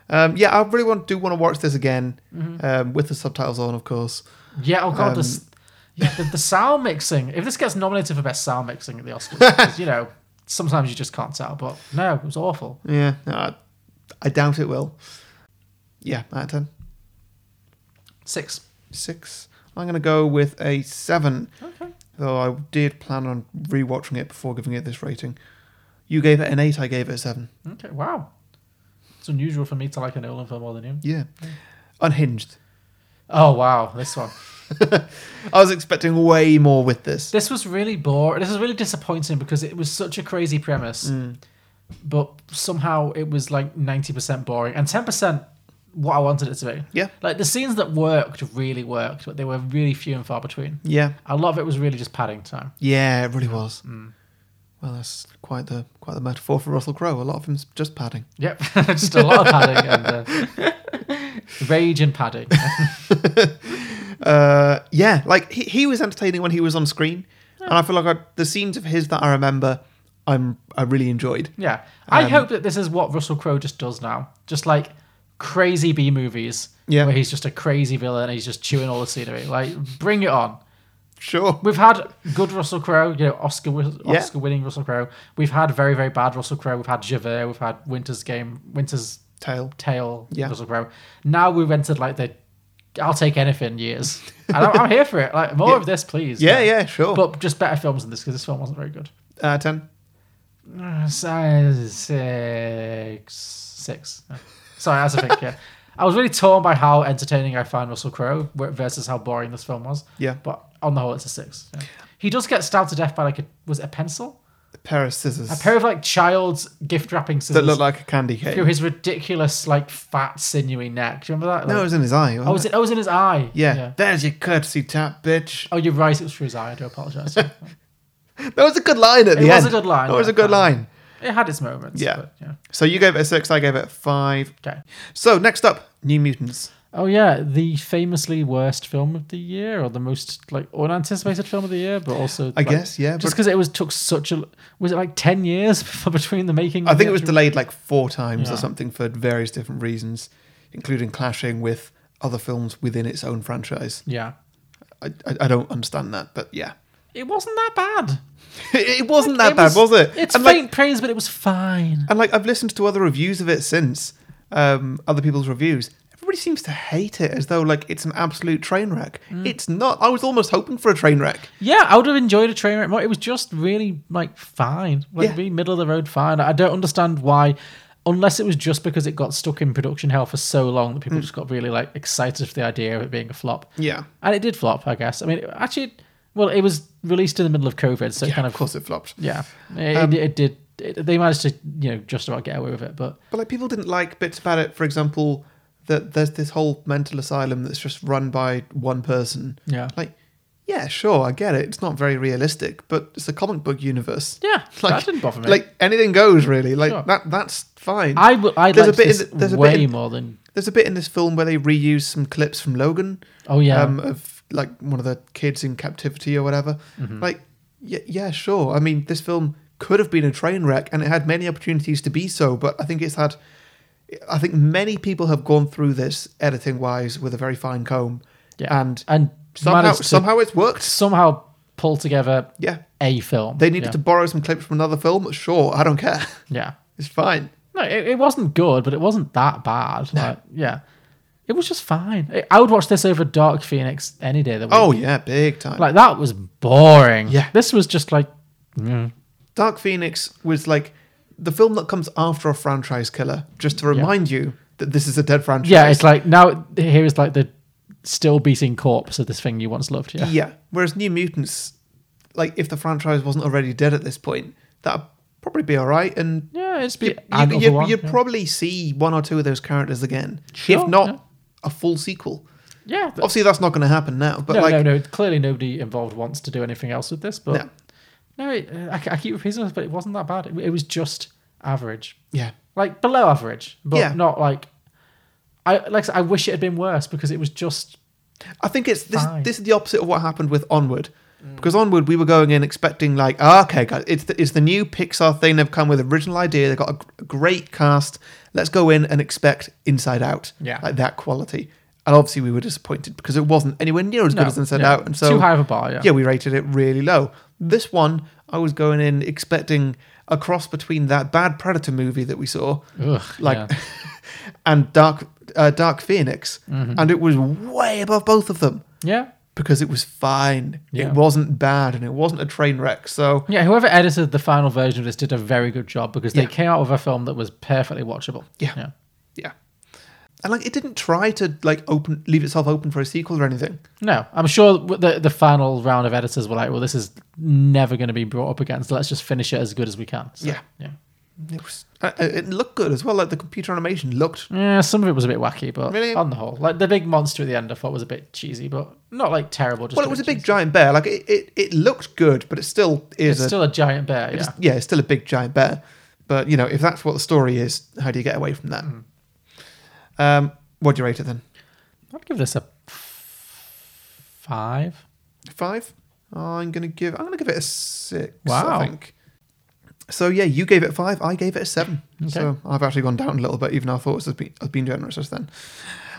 S1: Um, yeah, I really want do want to watch this again
S2: Mm-hmm.
S1: um, with the subtitles on, of course.
S2: Yeah, oh god, the, s- yeah, the, the sound mixing. If this gets nominated for best sound mixing at the Oscars, 'cause, you know, sometimes you just can't tell. But no, it was awful.
S1: Yeah, no, I, Uh, I doubt it will. Yeah, out of ten,
S2: Six.
S1: six. I'm gonna go with a seven,
S2: Okay.
S1: though I did plan on rewatching it before giving it this rating. You gave it an eight, I gave it a seven.
S2: Okay. Wow. It's unusual for me to like a Nolan film more than you.
S1: Yeah, unhinged.
S2: Oh wow, this one.
S1: I was expecting way more with this.
S2: This was really boring. This was really disappointing because it was such a crazy premise, but somehow it was like ninety percent boring and ten percent what I wanted it to be.
S1: Yeah.
S2: Like the scenes that worked really worked, but they were really few and far between.
S1: Yeah,
S2: A lot of it was really just padding time.
S1: yeah, it really was. Well, that's quite the quite the metaphor for Russell Crowe. A lot of him's just padding.
S2: Yep, just a lot of padding and uh, rage and padding.
S1: uh, yeah, like he, he was entertaining when he was on screen, and I feel like I, the scenes of his that I remember, I'm I really enjoyed.
S2: Yeah, I
S1: Um,
S2: hope that this is what Russell Crowe just does now, just like crazy B movies,
S1: Yeah.
S2: where he's just a crazy villain and he's just chewing all the scenery. Like, bring it on.
S1: Sure.
S2: We've had good Russell Crowe, you know, Oscar
S1: Yeah.
S2: Oscar winning Russell Crowe. We've had very very bad Russell Crowe. We've had Javert. We've had Winter's Game, Winter's
S1: Tail.
S2: Tale,
S1: Yeah.
S2: Russell Crowe. Now we rented like the I'll take anything years. And I'm, I'm here for it. Like more of this, please.
S1: Yeah, yeah, sure.
S2: But just better films than this because this film wasn't very good.
S1: uh, 10.
S2: Uh, si- Six, six. No. Sorry, I was a think. Yeah, I was really torn by how entertaining I found Russell Crowe w- versus how boring this film was.
S1: Yeah.
S2: but on the whole, it's a six. yeah. He does get stabbed to death by like a was it a pencil,
S1: A pair of scissors
S2: a pair of like child's gift wrapping
S1: that
S2: scissors
S1: look like a candy cake.
S2: through his ridiculous like fat sinewy neck. Do you remember that?
S1: no, it
S2: Like-
S1: was in his eye. wasn't
S2: oh, was it? Oh, it was in his eye.
S1: Yeah. There's your courtesy tap, bitch.
S2: Oh, you're right. It was through his eye. I do apologize.
S1: That was a good line at the
S2: It
S1: end.
S2: was a good line,
S1: That was
S2: yeah,
S1: a good
S2: yeah.
S1: line.
S2: it had its moments.
S1: Yeah.
S2: but, yeah.
S1: So you gave it a six, I gave it a five.
S2: Okay.
S1: So next up, New Mutants.
S2: Oh yeah, the famously worst film of the year, or the most like unanticipated film of the year, but also
S1: I guess, yeah.
S2: just
S1: But
S2: because it was took such a was it like ten years for between the making.
S1: I
S2: and
S1: think it
S2: the
S1: was
S2: actual-
S1: delayed like four times or
S2: Yeah.
S1: something for various different reasons, including clashing with other films within its own franchise.
S2: Yeah,
S1: I, I, I don't understand that, but yeah.
S2: it wasn't that bad.
S1: it wasn't that
S2: It
S1: bad, was, it?
S2: It's
S1: and,
S2: faint
S1: like,
S2: praise, but it was fine.
S1: and like I've listened to other reviews of it since, um, other people's reviews. Everybody seems to hate it as though like it's an absolute train wreck. It's not. I was almost hoping for a train wreck.
S2: Yeah, I would have enjoyed a train wreck more. It was just really like fine, like
S1: Yeah.
S2: really middle of the road fine. I don't understand why, unless it was just because it got stuck in production hell for so long that people
S1: Hmm.
S2: just got really like excited for the idea of it being a flop.
S1: Yeah.
S2: and it did flop, I guess. I mean, it- actually, well, it was released in the middle of COVID, so it
S1: Yeah,
S2: kind
S1: of
S2: of,
S1: course Um, it flopped.
S2: yeah, it, it, it did. It, they managed to, you know, just about get away with it, but
S1: But like people didn't like bits about it. For example, that there's this whole mental asylum that's just run by one person.
S2: yeah,
S1: Like, yeah, sure, I get it. It's not very realistic, but it's a comic book universe.
S2: yeah,
S1: Like-
S2: that didn't bother me.
S1: Like anything goes, really. Like
S2: Sure.
S1: that. That's fine.
S2: I would, I
S1: there's a
S2: liked
S1: bit in
S2: this
S1: the- there's a bit
S2: way
S1: in-
S2: more than.
S1: There's a bit in this film where they reuse some clips from Logan,
S2: Oh yeah,
S1: um, of like one of the kids in captivity or whatever.
S2: Mm-hmm.
S1: Like, yeah, yeah, sure. I mean, this film could have been a train wreck, and it had many opportunities to be so. But I think it's had, I think many people have gone through this editing wise with a very fine comb,
S2: yeah,
S1: and
S2: and
S1: somehow
S2: managed to
S1: somehow it's worked.
S2: somehow pull together
S1: Yeah,
S2: a film.
S1: they needed
S2: yeah.
S1: to borrow some clips from another film. Sure, I don't care.
S2: yeah.
S1: It's fine.
S2: No, it, it wasn't good, but it wasn't that bad. Like, yeah, it was just fine. I- I would watch this over Dark Phoenix any day. Of the week.
S1: Oh yeah, big time.
S2: like that was boring.
S1: Yeah.
S2: this was just like, mm,
S1: Dark Phoenix was like the film that comes after a franchise killer, just to remind you that this is a dead franchise.
S2: yeah, it's like now here is like the still beating corpse of this thing you once loved. Yeah,
S1: Yeah. Whereas New Mutants, like if the franchise wasn't already dead at this point, that'd probably be all right. And
S2: yeah, it's be
S1: you,
S2: and
S1: you,
S2: other
S1: you'd,
S2: one,
S1: you'd
S2: yeah.
S1: probably see one or two of those characters again,
S2: Sure,
S1: if not
S2: yeah.
S1: a full sequel.
S2: yeah. But,
S1: Obviously, that's not going to happen now. But
S2: no,
S1: like,
S2: no, no. Clearly, nobody involved wants to do anything else with this. But
S1: No.
S2: no, it, uh, I, I keep repeating this, but it wasn't that bad. It, it was just average,
S1: yeah,
S2: like below average, but
S1: Yeah.
S2: not like. I like I said, I wish it had been worse because it was just
S1: I think it's this.
S2: Fine. Mm.
S1: This is the opposite of what happened with Onward, because Onward we were going in expecting like, ah, okay, guys, it's the, it's the new Pixar thing. They've come with original idea. They've got a gr- great cast. Let's go in and expect Inside Out,
S2: Yeah.
S1: like that quality. And obviously we were disappointed because it wasn't anywhere near as
S2: no,
S1: good as Inside
S2: yeah,
S1: Out. And so
S2: too high of a bar. Yeah,
S1: yeah, we rated it really low. This one I was going in expecting a cross between that bad Predator movie that we saw,
S2: Ugh,
S1: like,
S2: yeah.
S1: and Dark uh, Dark Phoenix,
S2: Mm-hmm.
S1: and it was way above both of them
S2: yeah.
S1: because it was fine.
S2: Yeah.
S1: It wasn't bad and it wasn't a train wreck. So
S2: Yeah, whoever edited the final version of this did a very good job because they
S1: Yeah.
S2: came out with a film that was perfectly watchable.
S1: Yeah. yeah. And like it didn't try to like open leave itself open for a sequel or anything.
S2: No, I'm sure the the final round of editors were like, well, this is never going to be brought up again, so let's just finish it as good as we can. So,
S1: Yeah.
S2: yeah.
S1: It was uh, it looked good as well. Like the computer animation looked
S2: Yeah, some of it was a bit wacky, but
S1: Really?
S2: on the whole, like the big monster at the end, I thought was a bit cheesy, but not like terrible. Just
S1: well. It was a big giant bear. Like it, it, it looked good, but it still is
S2: It's
S1: a
S2: still a giant bear.
S1: it's-
S2: Yeah,
S1: yeah, it's still a big giant bear. But you know, if that's what the story is, how do you get away from that?
S2: Mm.
S1: Um, what do you rate it then?
S2: I'd give this a f- five.
S1: Five. I'm gonna give. I'm gonna give it a six.
S2: Wow.
S1: I think. So yeah, you gave it a five. I gave it a seven.
S2: Okay.
S1: So I've actually gone down a little bit. Even though I thought I've been, I've been generous just then.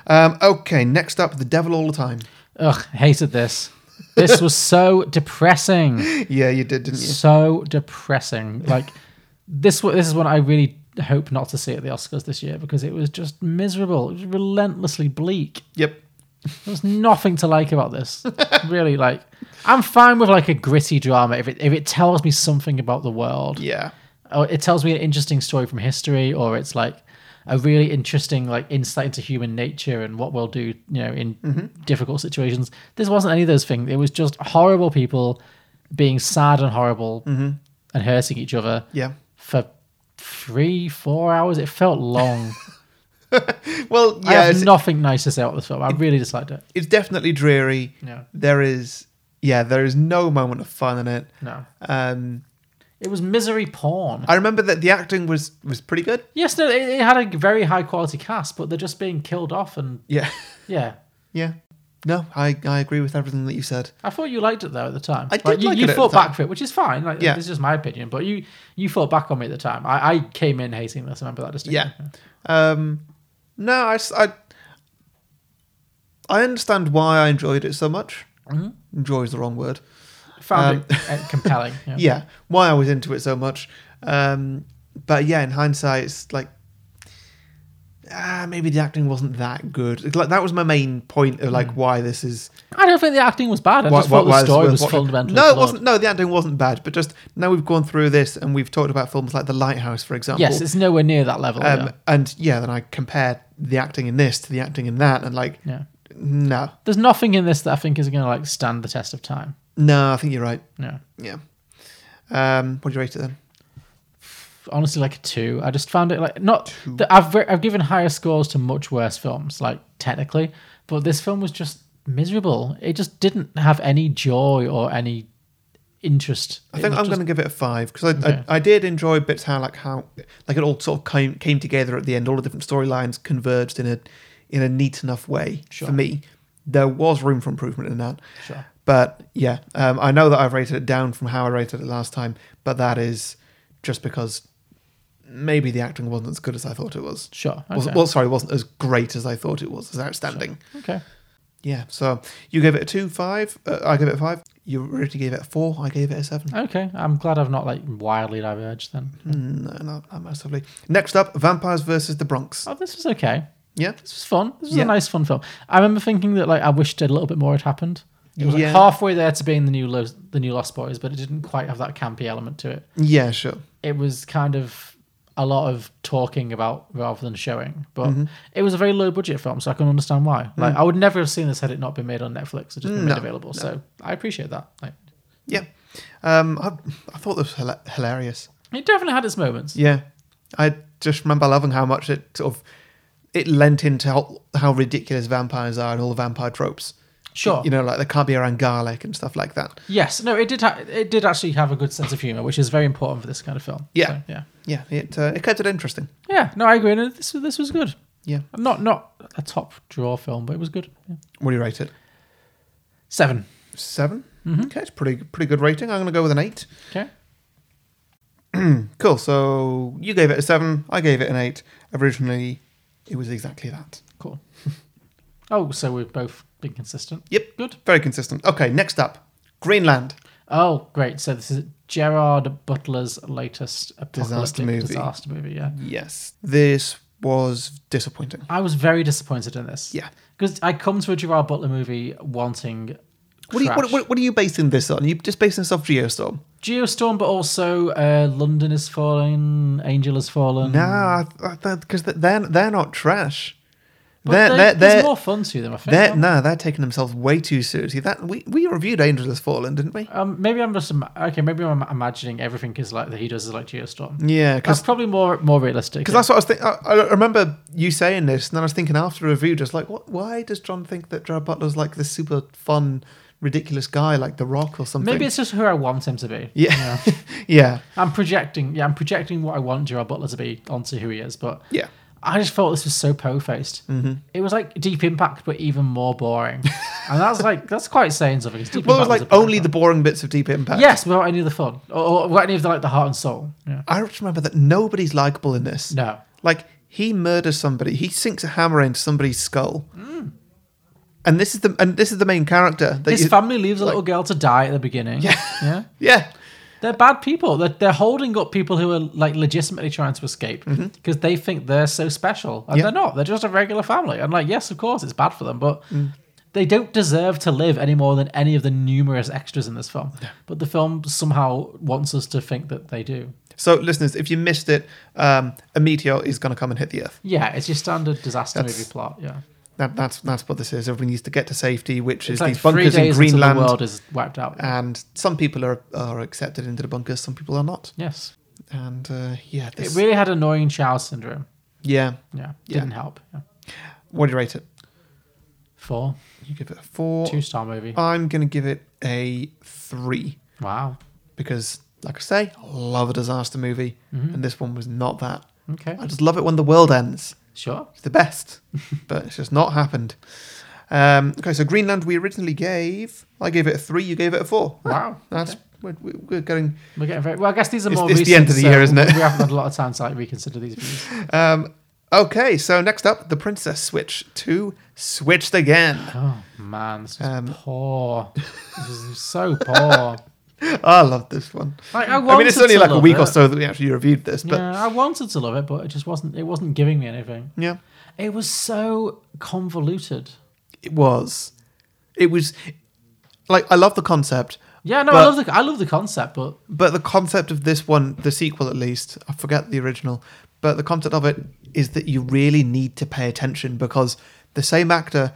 S1: Um, okay, next up, the devil all the time.
S2: Ugh, hated this. this was so depressing.
S1: Yeah, you did, didn't you?
S2: So depressing. Like this wa- this is one I really hope not to see at the Oscars this year because it was just miserable. It was relentlessly bleak.
S1: Yep.
S2: There was nothing to like about this. really, like I'm fine with like a gritty drama if it if it tells me something about the world
S1: Yeah.
S2: or Oh, it tells me an interesting story from history, or it's like a really interesting like insight into human nature and what we'll do, you know, in
S1: Mm-hmm.
S2: difficult situations. This wasn't any of those things. It was just horrible people being sad and horrible and hurting each other
S1: Mm-hmm. Yeah.
S2: for three, four hours. It felt long.
S1: Well,
S2: I
S1: yeah,
S2: have
S1: it's,
S2: nothing nice to say about this film. I really disliked it.
S1: it's definitely dreary.
S2: No,
S1: There is, yeah, there is no moment of fun in it.
S2: no.
S1: Um,
S2: It was misery porn.
S1: I remember that the acting was was pretty good.
S2: yes, no, it, it had a very high quality cast, but they're just being killed off and
S1: Yeah,
S2: yeah.
S1: yeah. No, I I agree with everything that you said.
S2: I thought you liked it though at the time.
S1: I did
S2: Like, you,
S1: like
S2: you
S1: it at the
S2: fought
S1: time.
S2: back for it, which is fine. Like
S1: Yeah.
S2: this is just my opinion, but you you fought back on me at the time. I, I came in hating this. I remember that distinctly.
S1: Yeah. Um, no, I, s- I- I understand why I enjoyed it so much.
S2: Mhm.
S1: Enjoy is the wrong word.
S2: found it uh, compelling. Yeah.
S1: Um, Yeah, why I was into it so much. Um, but yeah, in hindsight, it's like ah, maybe the acting wasn't that good. It's Like that was my main point of like why this is.
S2: I don't think the acting was bad. I
S1: why-
S2: Mm. just thought
S1: why
S2: the
S1: it's
S2: story
S1: worth
S2: was
S1: watching.
S2: fundamentally
S1: No, it
S2: flawed.
S1: wasn't. No, the acting wasn't bad. But just now we've gone through this and we've talked about films like The Lighthouse, for example.
S2: Yes, it's nowhere near that level.
S1: Um,
S2: yeah.
S1: And yeah, then I compared the acting in this to the acting in that, and like,
S2: Yeah.
S1: no,
S2: There's nothing in this that I think is going to like stand the test of time.
S1: no, I think you're right.
S2: Yeah.
S1: Yeah. Um, what do you rate it then?
S2: honestly like a two. I just found it like not. Th- I've re- I've given higher scores to much worse films, like technically, but this film was just miserable. It just didn't have any joy or any interest.
S1: I think I'm going to give it a five because I,
S2: Okay.
S1: I I did enjoy bits how like how like it all sort of came came together at the end. All the different storylines converged in a in a neat enough way
S2: Sure.
S1: for me. There was room for improvement in that,
S2: Sure.
S1: but yeah, um, I know that I've rated it down from how I rated it last time, but that is just because maybe the acting wasn't as good as I thought it was.
S2: Sure.
S1: Was,
S2: Okay.
S1: well, sorry, wasn't as great as I thought it was. As outstanding.
S2: okay.
S1: Yeah. So you gave it a two five. Uh, I gave it a five. You already gave it a four. I gave it a seven.
S2: Okay. I'm glad I've not like wildly diverged then.
S1: Mm, No, not, not massively. Next up, Vampires versus the Bronx.
S2: Oh, this was okay.
S1: Yeah.
S2: This was fun. This was
S1: Yeah.
S2: a nice fun film. I remember thinking that like I wished a little bit more had happened. It was like,
S1: Yeah.
S2: halfway there to being the new Lo- the new Lost Boys, but it didn't quite have that campy element to it.
S1: Yeah. Sure.
S2: it was kind of a lot of talking about rather than showing. But
S1: Mm-hmm.
S2: it was a very low budget film, so I can understand why. Like I would never have seen this had it not been made on Netflix or just been
S1: Mm. No,
S2: made available. So I appreciate that. Like,
S1: Yeah. Um, I, I thought this was hila- hilarious.
S2: it definitely had its moments.
S1: Yeah. I just remember loving how much it sort of it lent into how, how ridiculous vampires are and all the vampire tropes.
S2: Sure.
S1: You know, like the caviar and garlic and stuff like that.
S2: yes. No. It did. Ha- it did actually have a good sense of humor, which is very important for this kind of film.
S1: Yeah.
S2: So, yeah.
S1: Yeah. It uh, it kept it interesting.
S2: Yeah. No, I agree. No, this this was good.
S1: Yeah.
S2: Not not a top draw film, but it was good. Yeah.
S1: What do you rate it?
S2: Seven.
S1: 7
S2: Mm-hmm.
S1: Okay, it's pretty pretty good rating. I'm gonna go with an eight.
S2: Okay.
S1: Cool. So you gave it a seven. I gave it an eight. Originally, it was exactly that.
S2: Cool. oh, so we've both been consistent.
S1: Yep.
S2: Good.
S1: Very consistent. Okay, next up, Greenland.
S2: Oh, great! So this is Gerard Butler's latest
S1: Disaster
S2: apocalyptic
S1: movie.
S2: Disaster movie, yeah.
S1: Yes, this was disappointing.
S2: I was very disappointed in this.
S1: Yeah.
S2: because I come to a Gerard Butler movie wanting
S1: What are, you, what,
S2: crash.
S1: what, what are you basing this on? You just basing this off Geostorm?
S2: Geostorm, but also uh, London is fallen, Angel has fallen.
S1: Nah, because they're they're not trash.
S2: But
S1: They're
S2: they-
S1: they're
S2: there's
S1: they're,
S2: more fun to them. I think.
S1: they're
S2: aren't
S1: nah, they're taking themselves way too seriously. That we, we reviewed Angel Has Fallen, didn't we?
S2: there? Um, maybe I'm just ima- okay. Maybe I'm imagining everything is like that he does is like Geostorm.
S1: Yeah, because
S2: That's probably more more realistic.
S1: Because that's what I was thinking. I remember you saying this, and then I was thinking after the review, just like, what? Why does John think that Gerard Butler's like this super fun, ridiculous guy, like The Rock or something?
S2: maybe it's just who I want him to be.
S1: yeah, yeah,
S2: I'm projecting. Yeah, I'm projecting what I want Gerard Butler to be onto who he is, but.
S1: yeah,
S2: I just felt this was so po-faced.
S1: Mm-hmm.
S2: It was like Deep Impact, but even more boring. and that's like that's quite saying something. 'cause Deep
S1: Well, it was
S2: Impact
S1: like
S2: a boring
S1: only the
S2: film.
S1: boring bits of Deep Impact.
S2: yes, without any of the fun or, or without any of the like the heart and soul. Yeah.
S1: I just remember that nobody's likable in this.
S2: No, Mm.
S1: Like he murders somebody. He sinks a hammer into somebody's skull. and this is the and this is the main character that
S2: His
S1: you-
S2: family leaves a little girl to die at the beginning. Yeah. Yeah.
S1: yeah
S2: They're bad people. They're, they're holding up people who are like legitimately trying to escape because they think they're so special, and
S1: Mm-hmm. Yeah.
S2: they're not. They're just a regular family. And like, yes, of course, it's bad for them, but
S1: Mm.
S2: they don't deserve to live any more than any of the numerous extras in this film. But the film somehow wants us to think that they do.
S1: so listeners if you missed it um, a meteor is going to come and hit the earth
S2: Yeah, it's your standard disaster
S1: That's-
S2: movie plot. Yeah,
S1: that, that's that's what this is everyone needs to get to safety which is
S2: it's like
S1: these
S2: three
S1: bunkers in
S2: days until the
S1: greenland
S2: world is wiped out.
S1: and some people are, are accepted into the bunkers some people are not
S2: yes,
S1: and uh, yeah
S2: it
S1: this,
S2: really had annoying Chow syndrome.
S1: yeah
S2: Yeah,
S1: Yeah.
S2: didn't help. Yeah.
S1: what do you rate it
S2: Four,
S1: you give it a four Uh,
S2: two star movie.
S1: i'm going to give it a three
S2: Wow.
S1: because like i say I love a disaster movie
S2: Mm-hmm.
S1: and this one was not that
S2: Okay.
S1: i just love it when the world ends
S2: Sure.
S1: It's the best, but it's just not happened. Um, okay, so Greenland we originally gave. I gave it a three. You gave it a four. Huh,
S2: Wow.
S1: that's we're, we're we're getting.
S2: We're getting very well. I guess these are
S1: It's-
S2: more.
S1: it's
S2: recent,
S1: the end of the
S2: so
S1: year, isn't it?
S2: We haven't had a lot of time to like reconsider these views.
S1: Um, okay, so next up, the Princess Switch two switched again.
S2: Oh man, this is
S1: Um,
S2: poor. This is so poor.
S1: I love this one.
S2: Like, I,
S1: I mean, it's
S2: wanted
S1: only
S2: to
S1: like a
S2: love
S1: week
S2: it.
S1: or so that we actually reviewed this, but
S2: Yeah, I wanted to love it, but it just wasn't. It wasn't giving me anything.
S1: yeah,
S2: It was so convoluted.
S1: it was. It was like I love the concept,
S2: Yeah, no, I
S1: But-
S2: love the I love the concept, but
S1: But the concept of this one, the sequel at least, I forget the original, but the concept of it is that you really need to pay attention because the same actor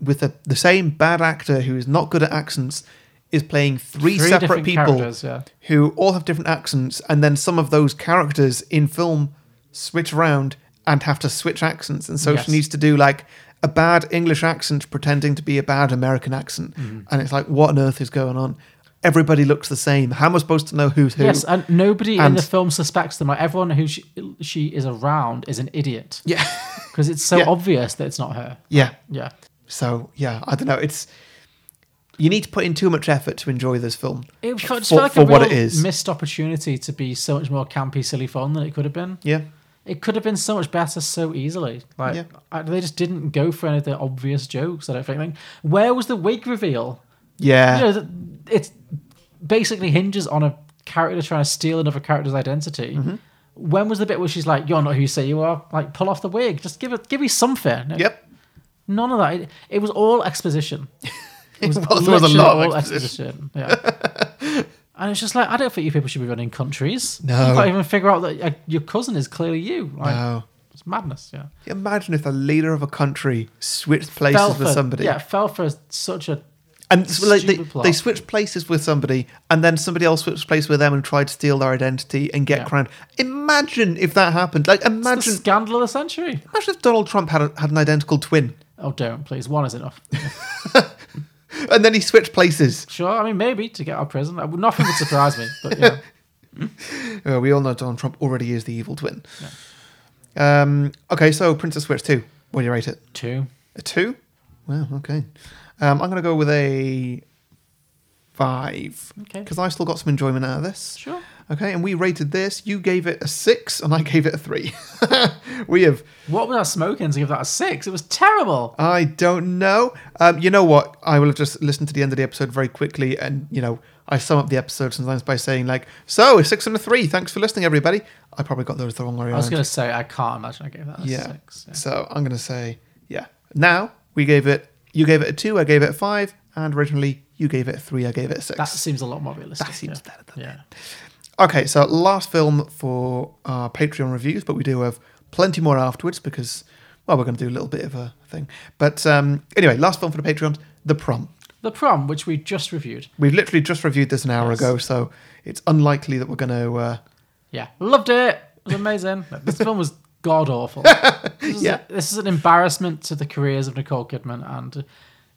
S1: with the, the same bad actor who is not good at accents is playing three,
S2: three
S1: separate
S2: different
S1: people
S2: characters. Yeah,
S1: who all have different accents and then some of those characters in film switch around and have to switch accents and so
S2: Yes.
S1: she needs to do like a bad english accent pretending to be a bad american accent
S2: Mm-hmm.
S1: and it's like what on earth is going on everybody looks the same how am i supposed to know who's who
S2: yes, and nobody in
S1: And-
S2: the film suspects them. Like everyone who she, she is around is an idiot
S1: yeah
S2: because it's so
S1: Yeah.
S2: obvious that it's not her.
S1: yeah
S2: Yeah,
S1: so yeah i don't know it's you need to put in too much effort to enjoy this film
S2: It felt, just
S1: for-
S2: felt like
S1: for
S2: a
S1: what
S2: real
S1: it is.
S2: missed opportunity to be so much more campy, silly fun than it could have been.
S1: yeah
S2: It could have been so much better so easily. Like
S1: Yeah.
S2: I, they just didn't go for any of the obvious jokes. I don't think. Like, where was the wig reveal?
S1: yeah
S2: You know, th- it basically hinges on a character trying to steal another character's identity.
S1: Mm-hmm.
S2: When was the bit where she's like, "You're not who you say you are"? Like, pull off the wig. Just give it. Give me something.
S1: yep
S2: None of that. It, it was all exposition. It was,
S1: was- there was a
S2: literally
S1: lot of
S2: all exposition. Yeah. and it's just like I don't think you people should be running countries.
S1: No.
S2: you can't even figure out that like, your cousin is clearly you. Like,
S1: oh
S2: It's madness. Yeah,
S1: imagine if the leader of a country switched places
S2: Fell
S1: with
S2: for-
S1: somebody
S2: Yeah, fell for such a
S1: And so, like, they,
S2: Stupid plot.
S1: they switched places with somebody, and then somebody else switched places with them and tried to steal their identity and get
S2: Yeah.
S1: crowned. Imagine if that happened. Like,
S2: it's the
S1: imagine,
S2: scandal of the century.
S1: imagine if Donald Trump had, a, had an identical twin,
S2: Oh, don't please. One is enough.
S1: and then he switched places.
S2: Sure, I mean maybe to get out of prison. Uh, Nothing would surprise me. But yeah,
S1: Uh, we all know Donald Trump already is the evil twin. Um, okay, so Princess Switch two. What do you rate it?
S2: two.
S1: A two? Wow. Okay. Um, I'm gonna go with a five
S2: Okay,
S1: because I still got some enjoyment out of this.
S2: sure.
S1: Okay, and we rated this. You gave it a six, and I gave it a three. we have.
S2: What was I smoking to give that a six? It was terrible.
S1: I don't know. Um, you know what? I will have just listened to the end of the episode very quickly, and you know, I sum up the episode sometimes by saying like, "So a six and a three. Thanks for listening, everybody." I probably got those the wrong way
S2: I was
S1: around.
S2: going to say I can't imagine I gave that a
S1: yeah.
S2: six. Yeah.
S1: So I'm gonna say yeah. Now we gave it. You gave it a two. I gave it a five, and originally you gave it a three. I gave it a six.
S2: That seems a lot more realistic.
S1: That seems
S2: yeah.
S1: better than
S2: Yeah.
S1: Okay, so last film for our Patreon reviews, but we do have plenty more afterwards because, well, we're going to do a little bit of a thing. But um, anyway, last film for the Patreons, The Prom.
S2: The prom, which we just reviewed.
S1: We've literally just reviewed this an hour
S2: Yes.
S1: ago, so it's unlikely that we're going to. Uh,
S2: Yeah. Loved it. It was amazing. this film was god awful. This, is
S1: Yeah.
S2: a- this is an embarrassment to the careers of Nicole Kidman and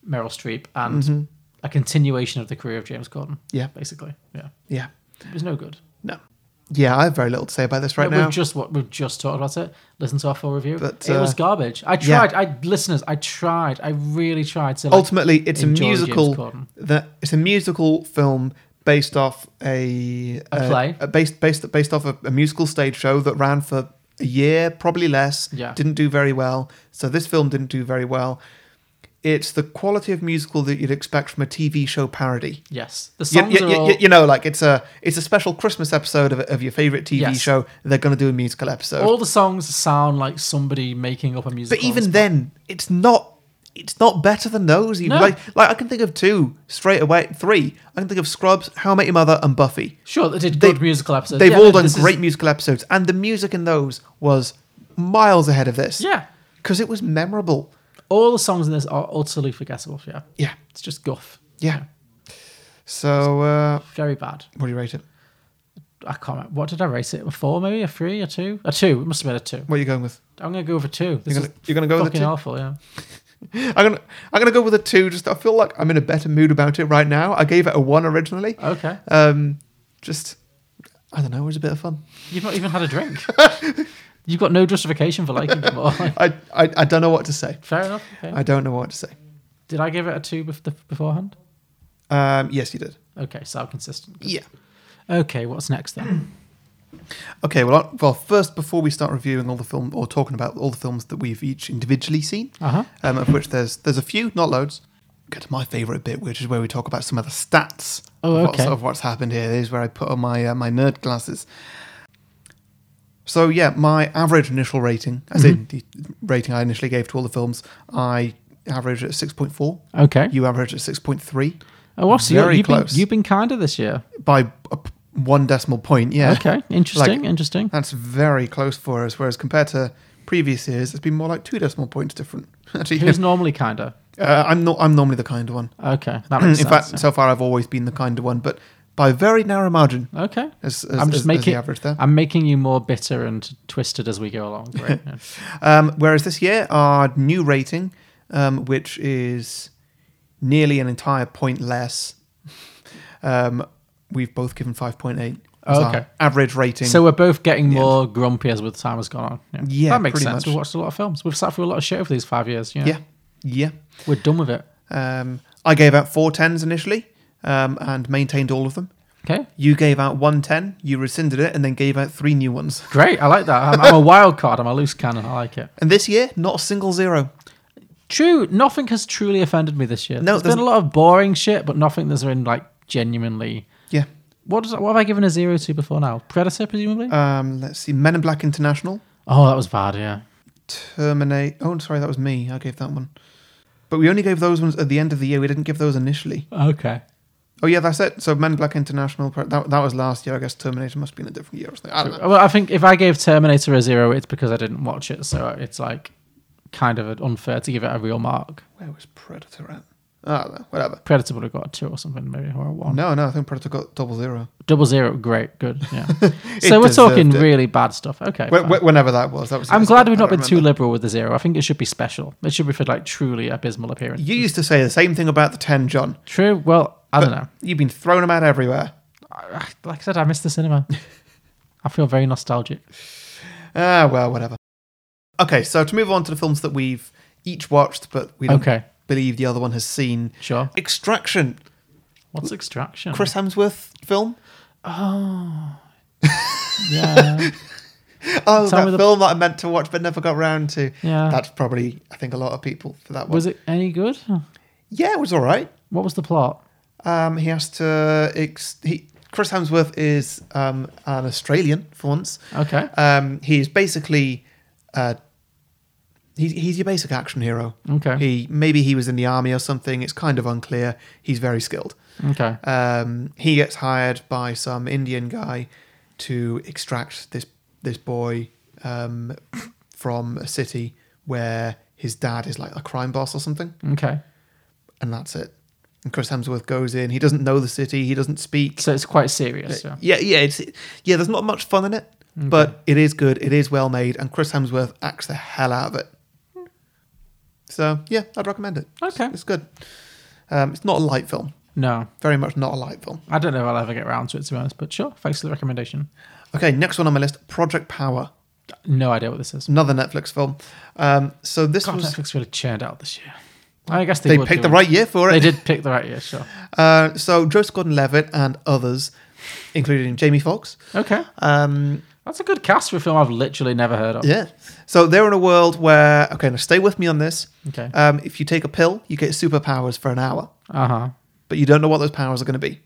S2: Meryl Streep and a continuation of the career of James Corden.
S1: Mm-hmm. Yeah.
S2: Basically. Yeah.
S1: yeah,
S2: It was no good.
S1: no. Yeah, I have very little to say about this right
S2: But
S1: now.
S2: We've just what we've just talked about it. Listen to our full review.
S1: But,
S2: it was
S1: uh,
S2: garbage. I
S1: yeah.
S2: tried. I listeners. I tried. I really tried to. Like,
S1: Ultimately, it's a
S2: enjoy James
S1: musical
S2: Corden.
S1: that it's a musical film based off a,
S2: A play.
S1: based based based off a, a musical stage show that ran for a year, probably less.
S2: Yeah.
S1: didn't do very well. So this film didn't do very well. It's the quality of musical that you'd expect from a TV show parody.
S2: Yes, the
S1: You,
S2: songs
S1: you-
S2: are
S1: you-
S2: all.
S1: you know, like it's a it's a special Christmas episode of, of your favorite TV
S2: Yes.
S1: show. They're going to do a musical episode.
S2: all the songs sound like somebody making up a music.
S1: But even then, it's not it's not better than those. Even
S2: No.
S1: like like I can think of two straight away, three. I can think of Scrubs, How I Met Your Mother, and Buffy.
S2: sure, they did
S1: they-
S2: good musical episodes.
S1: They've
S2: Yeah,
S1: all
S2: no,
S1: done
S2: this is-
S1: great musical episodes, and the music in those was miles ahead of this.
S2: yeah,
S1: because it was memorable.
S2: all the songs in this are utterly forgettable. Yeah,
S1: Yeah,
S2: it's just guff.
S1: yeah. So uh,
S2: Very bad.
S1: what do you rate it?
S2: I can't. Remember. What did I rate it? A four, maybe a three, a two, a two. It must have been a two.
S1: What are you going with?
S2: I'm gonna go with a two. This
S1: You're gonna,
S2: is
S1: you're gonna go with a
S2: fucking
S1: two.
S2: awful. Yeah.
S1: I'm gonna I'm gonna go with a two. Just I feel like I'm in a better mood about it right now. I gave it a one originally.
S2: Okay.
S1: Um, just I don't know. It was a bit of fun.
S2: You've not even had a drink. You've got no justification for liking it more.
S1: I, I, I don't know what to say.
S2: Fair enough. okay.
S1: I don't know what to say.
S2: Did I give it a two bef- the- beforehand?
S1: Um, yes, you did.
S2: Okay, so I'm consistent.
S1: Yeah.
S2: Okay, what's next then?
S1: Okay. Well, I- well, first, before we start reviewing all the film or talking about all the films that we've each individually seen,
S2: Uh huh.
S1: um, of which there's there's a few, not loads. Get to my favourite bit, which is where we talk about some of the stats
S2: Oh,
S1: of, what's,
S2: okay.
S1: of what's happened here. This is where I put on my uh, my nerd glasses. So yeah, my average initial rating, as in
S2: Mm-hmm.
S1: the rating I initially gave to all the films, I averaged at six point four.
S2: Okay.
S1: You averaged at six point three.
S2: oh, what's you,
S1: very
S2: you've been,
S1: close.
S2: you've been kinder this year.
S1: by a p- one decimal point. Yeah.
S2: Okay, interesting, interesting.
S1: That's very close for us. Whereas compared to previous years, it's been more like two decimal points different. Actually,
S2: Who's normally kinder?
S1: uh, I'm not. I'm normally the kind one.
S2: Okay, that
S1: In
S2: makes sense.
S1: fact, so far I've always been the kind one, but by a very narrow margin.
S2: okay.
S1: As, as,
S2: I'm just
S1: as- as
S2: making
S1: the average there.
S2: I'm making you more bitter and twisted as we go along. Great. yeah.
S1: Um, whereas this year, our new rating, um, which is nearly an entire point less, um, we've both given five point eight. as our
S2: Oh, Okay.
S1: Average rating.
S2: So uh, we're both getting more grumpy as the time has gone on. Yeah,
S1: Yeah,
S2: that makes
S1: pretty
S2: sense.
S1: much.
S2: We've watched a lot of films. We've sat through a lot of shit over these five years. You know?
S1: yeah, yeah.
S2: we're done with it.
S1: Um, I gave out four tens initially um, and maintained all of them.
S2: Okay,
S1: You gave out one ten, you rescinded it, and then gave out three new ones.
S2: great. I like that. I'm, I'm a wild card. I'm a loose cannon. I like it.
S1: And this year, not a single zero.
S2: True. Nothing has truly offended me this year.
S1: No,
S2: No, there's been
S1: there's-
S2: a lot of boring shit, but nothing that's been like genuinely.
S1: Yeah.
S2: What, is, what have I given a zero to before now? Predator, presumably.
S1: Um, let's see. Men in Black International,
S2: oh, that was bad. Yeah.
S1: Terminate. Oh, sorry, that was me. I gave that one. But we only gave those ones at the end of the year. We didn't give those initially.
S2: Okay.
S1: Oh yeah, that's it. So Men in Black International. That, that was last year. I guess Terminator must have been a different year or something. I don't know.
S2: Well, I think if I gave Terminator a zero, it's because I didn't watch it. So it's like kind of unfair to give it a real mark.
S1: Where was Predator at? I don't know. Whatever.
S2: Predator would have got a two or something, maybe or a one.
S1: No, no. I think Predator got double zero.
S2: Double zero, great, good. Yeah.
S1: It
S2: so we're talking
S1: deserved it.
S2: really bad stuff. Okay.
S1: Wh-
S2: fine.
S1: wh- whenever that was. That was.
S2: I'm glad we've
S1: I
S2: not
S1: don't
S2: been too
S1: remember.
S2: liberal with the zero. I think it should be special. It should be for like truly abysmal appearance.
S1: You used to say the same thing about the 10, John.
S2: True. Well, I don't know.
S1: You've been throwing them out everywhere.
S2: I- I- Like I said, I miss the cinema. I feel very nostalgic.
S1: Ah, well, whatever. Okay, so to move on to the films that we've each watched, but we don't
S2: Okay.
S1: believe the other one has seen.
S2: Sure.
S1: Extraction,
S2: What's Extraction?
S1: Chris Hemsworth film.
S2: Oh. Yeah.
S1: Oh,
S2: Tell
S1: that
S2: me the-
S1: film that I meant to watch but never got round to.
S2: Yeah.
S1: That's probably, I think, a lot of people for that one.
S2: was it any good?
S1: Yeah, it was all right.
S2: What was the plot?
S1: Um, he has to. Ex- he, Chris Hemsworth is um, an Australian for once.
S2: Okay.
S1: Um, he's basically uh, he's he's your basic action hero.
S2: Okay.
S1: He maybe he was in the army or something. It's kind of unclear. He's very skilled.
S2: Okay.
S1: Um, he gets hired by some Indian guy to extract this this boy um, from a city where his dad is like a crime boss or something,
S2: Okay.
S1: and that's it. And Chris Hemsworth goes in. He doesn't know the city. He doesn't speak.
S2: So it's quite serious. Yeah.
S1: Yeah, yeah, it's yeah. There's not much fun in it, but it is good. It is well made, and Chris Hemsworth acts the hell out of it. So yeah, I'd recommend it.
S2: Okay.
S1: it's good. Um, it's not a light film.
S2: No,
S1: Very much not a light film.
S2: I don't know if I'll ever get round to it to be honest, but sure. Thanks for the recommendation.
S1: Okay, next one on my list: Project Power.
S2: No idea what this is.
S1: It's another Netflix film. Um, so this
S2: God,
S1: was
S2: Netflix really churned out this year. I guess they,
S1: they
S2: would
S1: picked
S2: do
S1: the right year for
S2: They
S1: it.
S2: did pick the right year, sure.
S1: Uh, so Joseph Gordon-Levitt and others, including Jamie Foxx,
S2: Okay.
S1: um,
S2: That's a good cast for a film I've literally never heard of.
S1: Yeah. So they're in a world where okay, now stay with me on this.
S2: Okay.
S1: Um, if you take a pill, you get superpowers for an hour,
S2: Uh huh.
S1: but you don't know what those powers are going to be.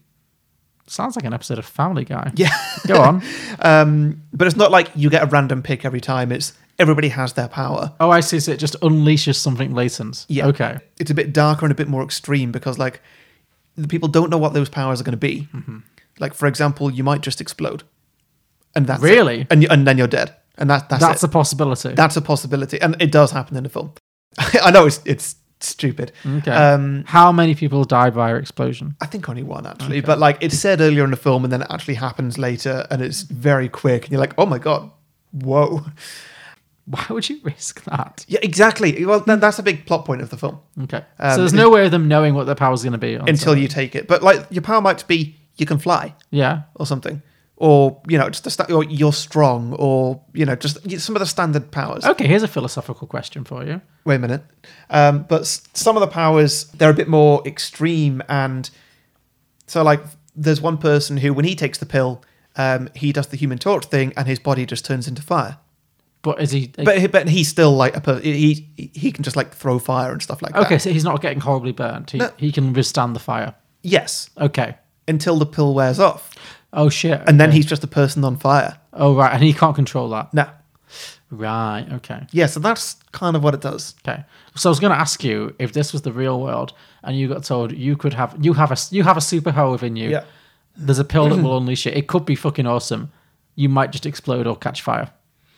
S2: Sounds like an episode of Family Guy.
S1: Yeah.
S2: Go on.
S1: Um, but it's not like you get a random pick every time. It's everybody has their power.
S2: Oh, I see. So it just unleashes something latent.
S1: Yeah.
S2: Okay.
S1: It's a bit darker and a bit more extreme because like the people don't know what those powers are going to be.
S2: Mm-hmm.
S1: Like for example, you might just explode, and that's it.
S2: Really?
S1: and you, and then you're dead, and that that's,
S2: That's
S1: it.
S2: a possibility.
S1: that's a possibility, and it does happen in the film. I know it's it's stupid.
S2: okay.
S1: Um,
S2: How many people died by explosion?
S1: I think only one actually, but like it's said earlier in the film, and then it actually happens later, and it's very quick, and you're like, oh my god, whoa,
S2: Why would you risk that?
S1: yeah, exactly. Well, then that's a big plot point of the film
S2: Okay.
S1: Um,
S2: so there's no way of them knowing what their power's going to be. Until,
S1: until you take it. But like your power might be you can fly
S2: yeah.
S1: or something, or you know, just a sta- or you're strong, or you know, just some of the standard powers.
S2: Okay, here's a philosophical question for you.
S1: Wait a minute, um, but s- some of the powers they're a bit more extreme, and so like there's one person who, when he takes the pill. Um, he does the human torch thing and his body just turns into fire.
S2: But is he?
S1: But he- but he's still like a per- he he- he can just like throw fire and stuff like that.
S2: okay, so he's not getting horribly burned. He,
S1: No.
S2: he can withstand the fire.
S1: Yes,
S2: Okay.
S1: until the pill wears off,
S2: Oh shit.
S1: and then
S2: okay.
S1: he's just a person on fire.
S2: Oh right, and he can't control that.
S1: No.
S2: Right. Okay.
S1: Yeah, so that's kind of what it does.
S2: Okay. So I was going to ask you if this was the real world and you got told you could have you have a you have a superpower within you.
S1: Yeah.
S2: There's a pill that will unleash it. It could be fucking awesome. You might just explode or catch fire.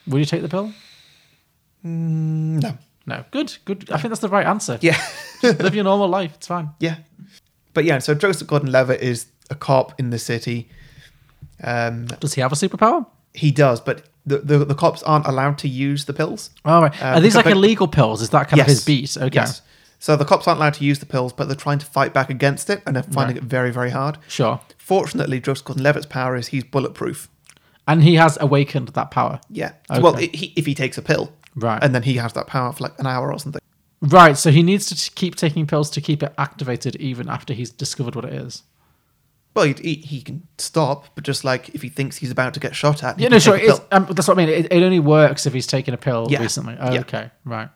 S2: Would you take the pill?
S1: No.
S2: No. Good. Good. I think that's the right answer.
S1: Yeah.
S2: Live your normal life. It's fine.
S1: yeah. But yeah, so Joseph Gordon-Levitt is a cop in the city. Um,
S2: Does he have a superpower?
S1: he does, but the, the the cops aren't allowed to use the pills.
S2: All right.
S1: Uh,
S2: Are these
S1: because
S2: like
S1: they-
S2: illegal pills? Is that kind of his beat? Okay.
S1: So the cops aren't allowed to use the pills, but they're trying to fight back against it, and they're finding it very, very hard.
S2: Sure.
S1: Fortunately, Joseph Gordon-Levitt's power is he's bulletproof.
S2: And he has awakened that power.
S1: Yeah.
S2: Okay.
S1: Well, i he, if he takes a pill,
S2: Right.
S1: and then he has that power for like an hour or something.
S2: Right. So he needs to t- keep taking pills to keep it activated even after he's discovered what it is.
S1: Well, he, he, he can stop, but just like if he thinks he's about to get shot at, he
S2: Yeah,
S1: can
S2: no,
S1: take
S2: sure.
S1: a
S2: It's,
S1: pill.
S2: um, that's what I mean. It, it only works if he's taken a pill
S1: Yeah.
S2: recently.
S1: Yeah.
S2: Okay, right.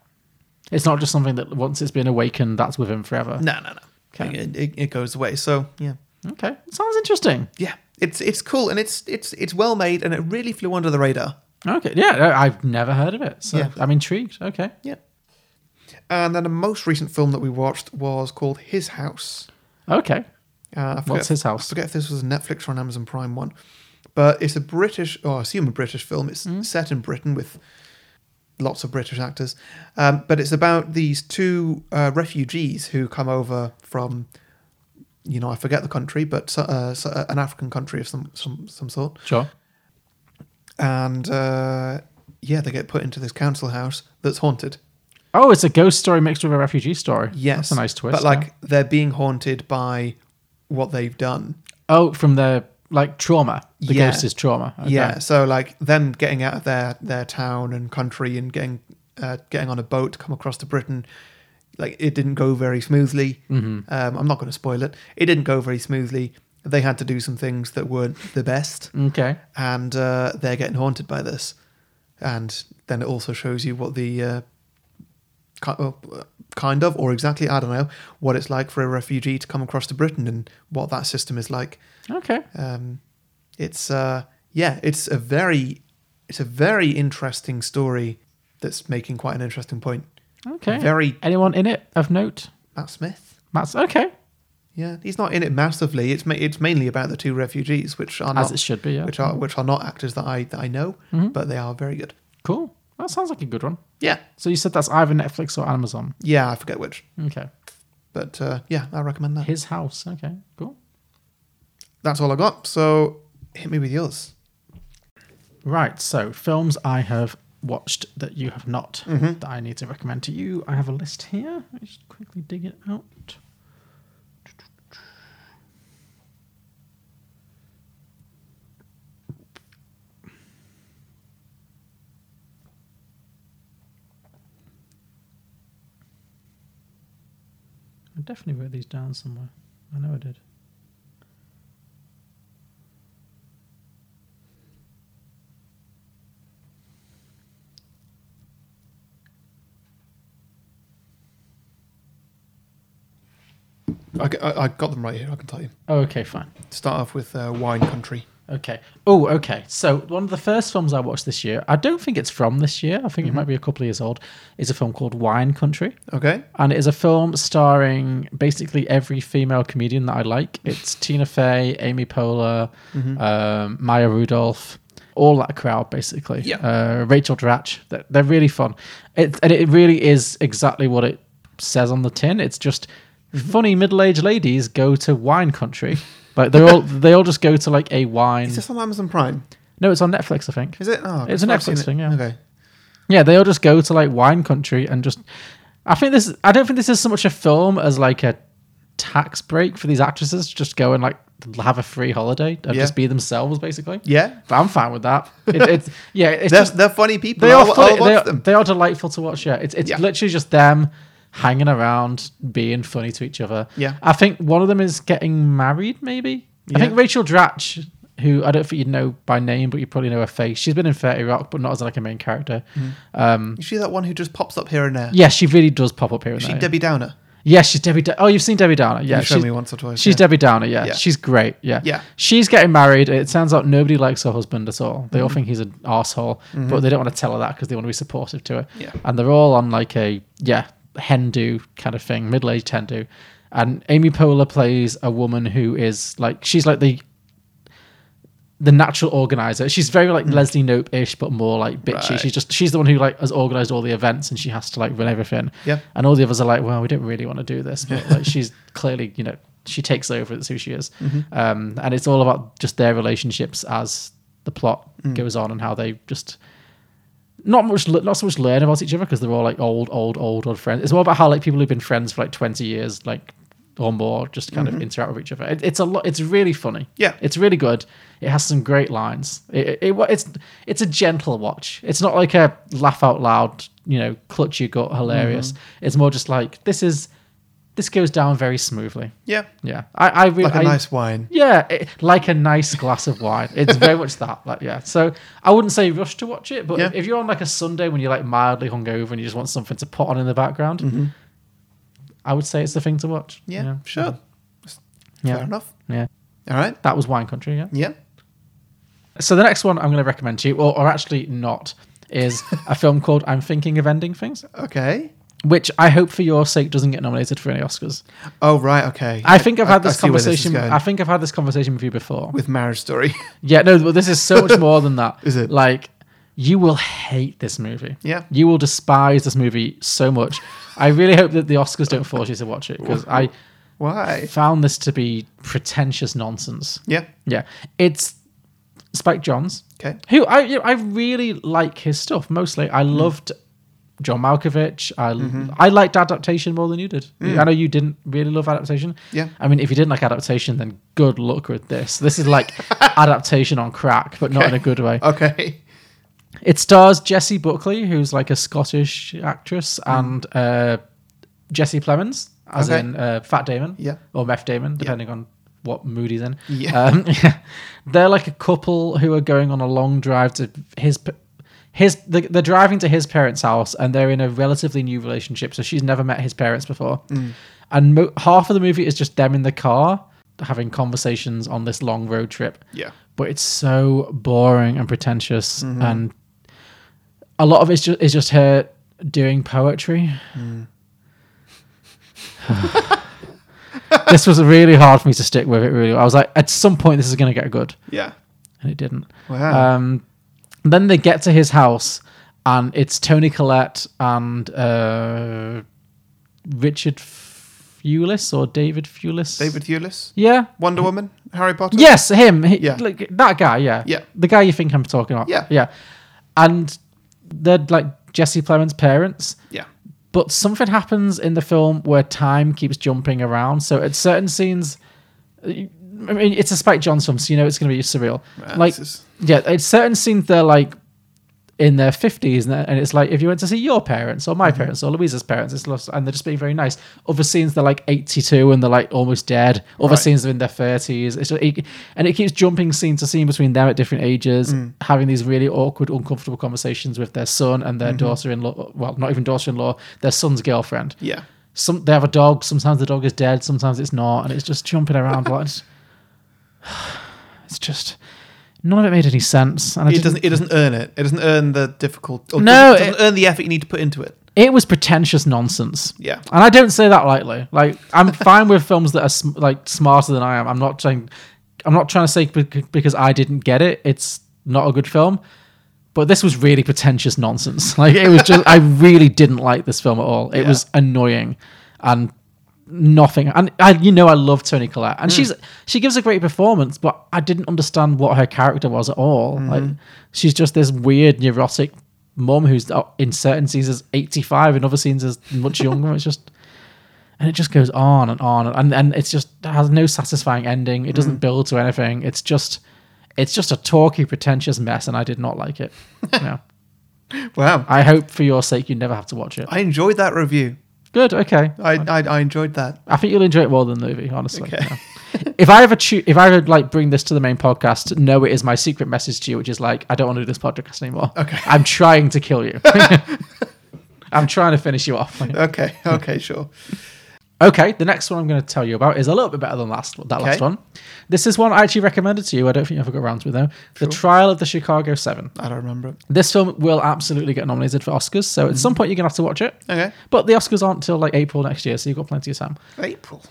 S2: It's not just something that once it's been awakened, that's with him forever.
S1: No, no, no.
S2: Okay.
S1: It, it, it goes away. So yeah,
S2: Okay, sounds interesting.
S1: yeah. It's it's cool and it's it's it's well made and it really flew under the radar.
S2: Okay, yeah, no, I've never heard of it, so
S1: Yeah.
S2: I'm intrigued. Okay,
S1: Yeah. And then the most recent film that we watched was called His House.
S2: okay,
S1: Uh, I forget,
S2: What's His House?
S1: I forget if this was a Netflix or an Amazon Prime one, but it's a British, or I assume a British film. It's
S2: Mm.
S1: set in Britain with lots of British actors, um, but it's about these two uh, refugees who come over from, you know, I forget the country, but so- uh, so- uh, an African country of some some some sort,
S2: sure.
S1: and uh, yeah, they get put into this council house that's haunted.
S2: Oh, it's a ghost story mixed with a refugee story.
S1: Yes,
S2: that's a nice
S1: But
S2: twist. yeah.
S1: like they're being haunted by what they've done.
S2: oh, from the like trauma. The
S1: Yeah.
S2: ghost is trauma. Okay.
S1: Yeah, so like them getting out of their their town and country and getting uh, getting on a boat to come across to Britain, like it didn't go very smoothly. Um, I'm not going to spoil it. It didn't go very smoothly. They had to do some things that weren't the best,
S2: Okay.
S1: and uh, they're getting haunted by this. And then it also shows you what the uh, ki- uh, kind of or exactly I don't know what it's like for a refugee to come across to Britain and what that system is like.
S2: Okay.
S1: Um, it's uh, yeah, it's a very it's a very interesting story that's making quite an interesting point.
S2: Okay.
S1: Very
S2: Anyone in it of note?
S1: Matt Smith.
S2: That's okay.
S1: Yeah, he's not in it massively. It's ma- it's mainly about the two refugees, which are
S2: As
S1: not,
S2: it should be. Yeah. Mm-hmm.
S1: which are which are not actors that I that I know, but they are very good.
S2: Cool. That sounds like a good one.
S1: Yeah,
S2: So you said that's either Netflix or Amazon.
S1: yeah, I forget which,
S2: Okay.
S1: but uh, yeah, I recommend that.
S2: His house. Okay, cool.
S1: That's all I got. So hit me with yours.
S2: Right, so films I have watched that you have not that I need to recommend to you. I have a list here. Let me just quickly dig it out. I definitely wrote these down somewhere. I know I did.
S1: I, g- I- I got them right here. I can tell you.
S2: Oh, okay, fine.
S1: Start off with uh, Wine Country.
S2: Okay. Oh, okay. So one of the first films I watched this year, I don't think it's from this year. I think it might be a couple of years old. Is a film called Wine Country,
S1: Okay.
S2: and it is a film starring basically every female comedian that I like. It's Tina Fey, Amy Poehler, um, Maya Rudolph. All that crowd, basically.
S1: Yeah.
S2: Uh, Rachel Dratch. They're, they're really fun. It, and it really is exactly what it says on the tin. It's just funny middle-aged ladies go to wine country. Like they all, they all just go to like a wine.
S1: Is this on Amazon Prime?
S2: No, it's on Netflix, I think.
S1: Is it? Oh,
S2: It's an
S1: I've seen
S2: Netflix
S1: it.
S2: thing, yeah.
S1: Okay.
S2: Yeah, they all just go to like wine country and just. I think this. I don't think this is so much a film as like a tax break for these actresses to just go and like have a free holiday and
S1: Yeah.
S2: just be themselves, basically.
S1: Yeah.
S2: But I'm fine with that. It, it's yeah, it's
S1: They're,
S2: just,
S1: they're funny people.
S2: they are
S1: I'll,
S2: funny-
S1: I'll watch
S2: they, are,
S1: them.
S2: they are delightful to watch. Yeah, it's it's
S1: Yeah.
S2: literally just them hanging around, being funny to each other.
S1: Yeah.
S2: I think one of them is getting married. Maybe I think
S1: Yeah.
S2: Rachel Dratch, who I don't think you'd know by name, but you probably know her face. She's been in Thirty Rock, but not as like a main character.
S1: Hmm.
S2: Um,
S1: Is she that one who just pops up here and there?
S2: yeah, she really does pop up here and
S1: Is she
S2: there.
S1: Debbie Downer?
S2: yeah, she's Debbie. Da- oh, you've seen Debbie Downer. Yeah,
S1: you showed
S2: she's-
S1: me once or twice.
S2: She's
S1: yeah.
S2: Debbie Downer, yeah.
S1: Yeah.
S2: She's great, yeah.
S1: Yeah.
S2: She's getting married. It turns out nobody likes her husband at all. They all
S1: Mm-hmm.
S2: think he's an asshole, but they don't want to tell her that because they want to be supportive to her.
S1: Yeah.
S2: And they're all on like a, yeah, Hindu kind of thing, middle aged Hindu. And Amy Poehler plays a woman who is like, she's like the the natural organizer. She's very like Leslie Nope ish, but more like bitchy.
S1: Hmm. Right.
S2: She's just she's the one who like has organized all the events and she has to like run everything.
S1: Yeah.
S2: And all the others are like, well, we don't really want to do this, but like she's clearly you know she takes over. That's who she is.
S1: Mm-hmm.
S2: Um, and it's all about just their relationships as the plot
S1: Mm.
S2: goes on and how they just not much le- not so much learn about each other because they're all like old old old old friends it's more about how like people who've been friends for like 20 years like or more just kind of interact with each other it, it's a lot it's really funny
S1: Mm-hmm. Yeah.
S2: it's really good it has some great lines it, it, it- it's it's a gentle watch it's not like a laugh out loud you know clutch you got hilarious
S1: Mm-hmm.
S2: it's more just like this is this goes down very smoothly
S1: Yeah.
S2: yeah i i really
S1: Like a nice wine.
S2: yeah, it, like a nice glass of wine. It's very much that. Like, yeah. So I wouldn't say rush to watch it, but
S1: Yeah.
S2: if, if you're on like a Sunday when you're like mildly hungover and you just want something to put on in the background, I would say it's the thing to watch.
S1: Mm-hmm. Yeah.
S2: yeah.
S1: Sure.
S2: Yeah.
S1: Fair enough.
S2: Yeah.
S1: All right.
S2: That was Wine Country. Yeah.
S1: Yeah.
S2: So the next one I'm going to recommend to you, or, or actually not, is a film called I'm Thinking of Ending Things,
S1: Okay.
S2: which I hope for your sake doesn't get nominated for any Oscars.
S1: Oh right. Okay.
S2: I think I've had this
S1: see where is
S2: conversation.
S1: going.
S2: I think I've had this conversation with you before.
S1: with Marriage Story.
S2: Yeah, no, but this is so much more than that.
S1: Is it?
S2: Like, you will hate this movie.
S1: Yeah.
S2: You will despise this movie so much. I really hope that the Oscars don't force you to watch it because I
S1: Why?
S2: found this to be pretentious nonsense.
S1: Yeah.
S2: Yeah. It's Spike Johns,
S1: Okay.
S2: who I you know, I really like his stuff mostly. I loved John Malkovich. I I liked adaptation more than you did. I know you didn't really love adaptation.
S1: Yeah.
S2: I mean, if you didn't like adaptation, then good luck with this. This is like adaptation on crack, but not in a good way.
S1: Okay.
S2: It stars Jessie Buckley, who's like a Scottish actress, and uh, Jesse Plemons, as
S1: Hmm. Okay.
S2: in uh, Fat Damon,
S1: Yeah.
S2: or Meth Damon, depending on what mood he's in.
S1: Yeah.
S2: Um, they're like a couple who are going on a long drive to his. p- His they- they're driving to his parents' house and they're in a relatively new relationship, so she's never met his parents before.
S1: Hmm.
S2: And mo- half of the movie is just them in the car having conversations on this long road trip
S1: Yeah.
S2: but it's so boring and pretentious and a lot of it's just, it's just her doing poetry this was really hard for me to stick with it really i was like at some point this is going to get good
S1: Yeah.
S2: and it didn't
S1: Wow.
S2: um, then they get to his house and it's tony collette and uh, richard Fulis or david Fulis
S1: David Hewless.
S2: yeah
S1: Wonder Woman. Harry Potter.
S2: Yes, him. He,
S1: Yeah.
S2: like, that guy, yeah.
S1: Yeah.
S2: The guy you think I'm talking about.
S1: Yeah.
S2: Yeah. And they're like Jesse Plemons' parents.
S1: Yeah.
S2: But something happens in the film where time keeps jumping around. So at certain scenes, I mean, it's a Spike Jonze film, so you know it's going to be surreal.
S1: Right,
S2: like,
S1: this is-
S2: yeah, at certain scenes they're like in their fifties, and, and it's like if you went to see your parents or my
S1: Mm-hmm.
S2: parents or Louisa's parents, it's lost, and they're just being very nice. Other scenes they're like eighty-two and they're like almost dead. Other
S1: Right.
S2: scenes are in their thirties. It's just, it, and it keeps jumping scene to scene between them at different ages,
S1: Mm.
S2: having these really awkward, uncomfortable
S1: Mm-hmm.
S2: conversations with their son and their daughter-in-law. Well, not even daughter-in-law, their son's girlfriend
S1: Yeah.
S2: some they have a dog. Sometimes the dog is dead. Sometimes it's not, and it's just jumping around. like it's, it's just none of it made any sense. And I
S1: It
S2: didn't-
S1: doesn't. It doesn't earn it. It doesn't earn the difficult. Or
S2: No,
S1: doesn't, doesn't earn the effort you need to put into it.
S2: It was pretentious nonsense.
S1: Yeah.
S2: And I don't say that lightly. Like I'm fine with films that are sm- like smarter than I am. I'm not trying. I'm not trying to say bec- because I didn't get it. It's not a good film. But this was really pretentious nonsense. Like it was just. I really didn't like this film at all. It
S1: Yeah.
S2: was annoying, and nothing. And I, you know, I love Tony Collette, and she's she gives a great performance. But I didn't understand what her character was at all. Like she's just this weird neurotic mum who's uh, in certain scenes is eighty five, in other scenes is much younger. It's just and it just goes on and on and and it's just it has no satisfying ending. It doesn't build to anything. It's just it's just a talky, pretentious mess, and I did not like it. yeah.
S1: Wow.
S2: I hope for your sake you never have to watch it.
S1: I enjoyed that review.
S2: Good, okay.
S1: I I, I enjoyed that.
S2: I think you'll enjoy it more than the movie, honestly.
S1: Okay.
S2: Yeah. if I ever choo- if I ever like bring this to the main podcast, no, it is my secret message to you, which is like, I don't want to do this podcast anymore.
S1: Okay.
S2: I'm trying to kill you. I'm trying to finish you off.
S1: Okay. Okay. Sure.
S2: Okay, the next one I'm going to tell you about is a little bit better than last that last
S1: Okay.
S2: one. This is one I actually recommended to you. I don't think you ever got around to it though. The Trial of the Chicago Seven.
S1: I don't remember it.
S2: This film will absolutely get nominated for Oscars, so at some point you're going to have to watch it.
S1: Mm-hmm. Okay.
S2: But the Oscars aren't till like April next year, so you've got plenty of time.
S1: April.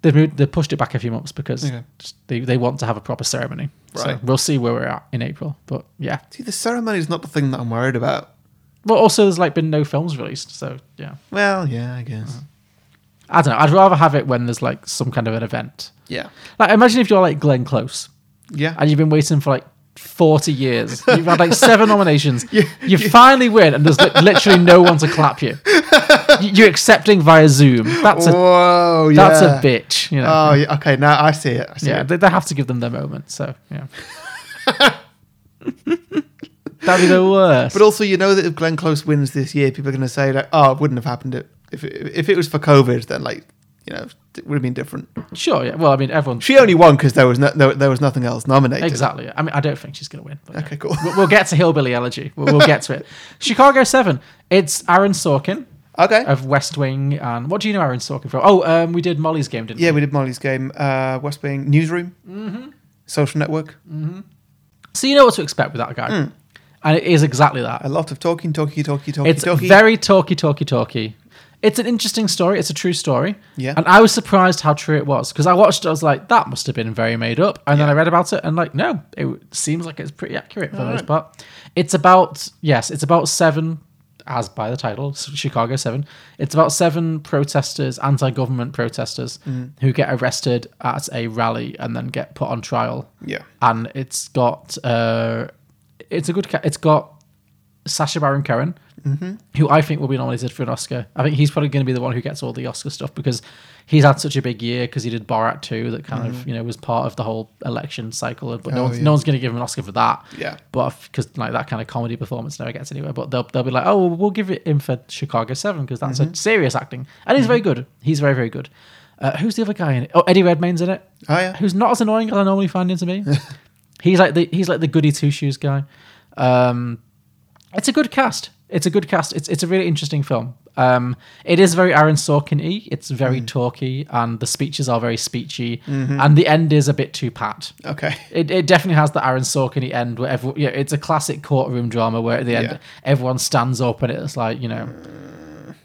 S2: They've moved, they pushed it back a few months because
S1: Okay.
S2: just- they, they want to have a proper ceremony. So
S1: Right.
S2: we'll see where we're at in April. But yeah.
S1: See, the ceremony is not the thing that I'm worried about.
S2: But also, there's like been no films released, so yeah.
S1: Well, yeah, I guess.
S2: I don't know. I'd rather have it when there's like some kind of an event.
S1: Yeah.
S2: Like imagine if you're like Glenn Close.
S1: Yeah.
S2: and you've been waiting for like 40 years. You've had like seven nominations. You, finally win, and there's li- literally no one to clap you. You- You're accepting via Zoom. That's a
S1: Whoa. Oh, Yeah.
S2: that's a bitch. You know.
S1: Oh, yeah. okay. Now I see it. I see
S2: yeah,
S1: it.
S2: they, they have to give them their moment. So yeah. That'd be the worst.
S1: But also, you know that if Glenn Close wins this year, people are going to say like, "Oh, it wouldn't have happened if if it, if it was for COVID." Then, like, you know, it would have been different.
S2: sure. Yeah. Well, I mean, everyone.
S1: She only won because there was no, there, there was nothing else nominated.
S2: Exactly. I mean, I don't think she's gonna win. But yeah.
S1: Okay, cool.
S2: We'll, we'll get to Hillbilly Elegy. We'll, we'll get to it. Chicago Seven. It's Aaron Sorkin.
S1: Okay.
S2: of West Wing and what do you know Aaron Sorkin from? Oh, um, we did Molly's game, didn't
S1: yeah,
S2: we?
S1: we did Molly's game. Uh, West Wing Newsroom, mm-hmm. Social Network.
S2: So you know what to expect with that guy,
S1: Hmm.
S2: and it is exactly that.
S1: A lot of talking, talky, talky, talky,
S2: It's
S1: talky.
S2: very talky, talky, talky. It's an interesting story. It's a true story.
S1: Yeah.
S2: And I was surprised how true it was because I watched it. I was like, that must have been very made up. And then I read about it and like, no, it w- seems like it's pretty accurate for the most part. It's about yes, it's about seven, as by the title, S- Chicago Seven. It's about seven protesters, anti-government protesters, who get arrested at a rally and then get put on trial.
S1: Yeah.
S2: And it's got uh, it's a good. Ca- it's got Sasha Baron Cohen,
S1: Mm-hmm.
S2: who I think will be nominated for an Oscar. I think he's probably going to be the one who gets all the Oscar stuff because he's had such a big year because he did Borat 2 that kind of you know was part of the whole election cycle. But
S1: Mm-hmm. Oh,
S2: no one's
S1: yeah.
S2: no one's going to give him an Oscar for that.
S1: Yeah.
S2: but because like that kind of comedy performance never gets anywhere. But they'll they'll be like, oh, well, we'll give it him for Chicago Seven because that's
S1: Mm-hmm.
S2: a serious acting, and he's very good. He's very very good. Uh, who's the other guy in it? Oh, Eddie Redmayne's in it
S1: Oh yeah.
S2: who's not as annoying as I normally find him to be. he's like the he's like the goody two shoes guy. Um, it's a good cast. It's a good cast. It's it's a really interesting film. Um, it is very Aaron Sorkin y. It's very
S1: Mm.
S2: talky, and the speeches are very speechy,
S1: Mm-hmm.
S2: and the end is a bit too pat.
S1: Okay.
S2: It, it definitely has the Aaron Sorkin end where everyone, yeah, it's a classic courtroom drama where at the end
S1: Yeah.
S2: everyone stands up and it's like you know,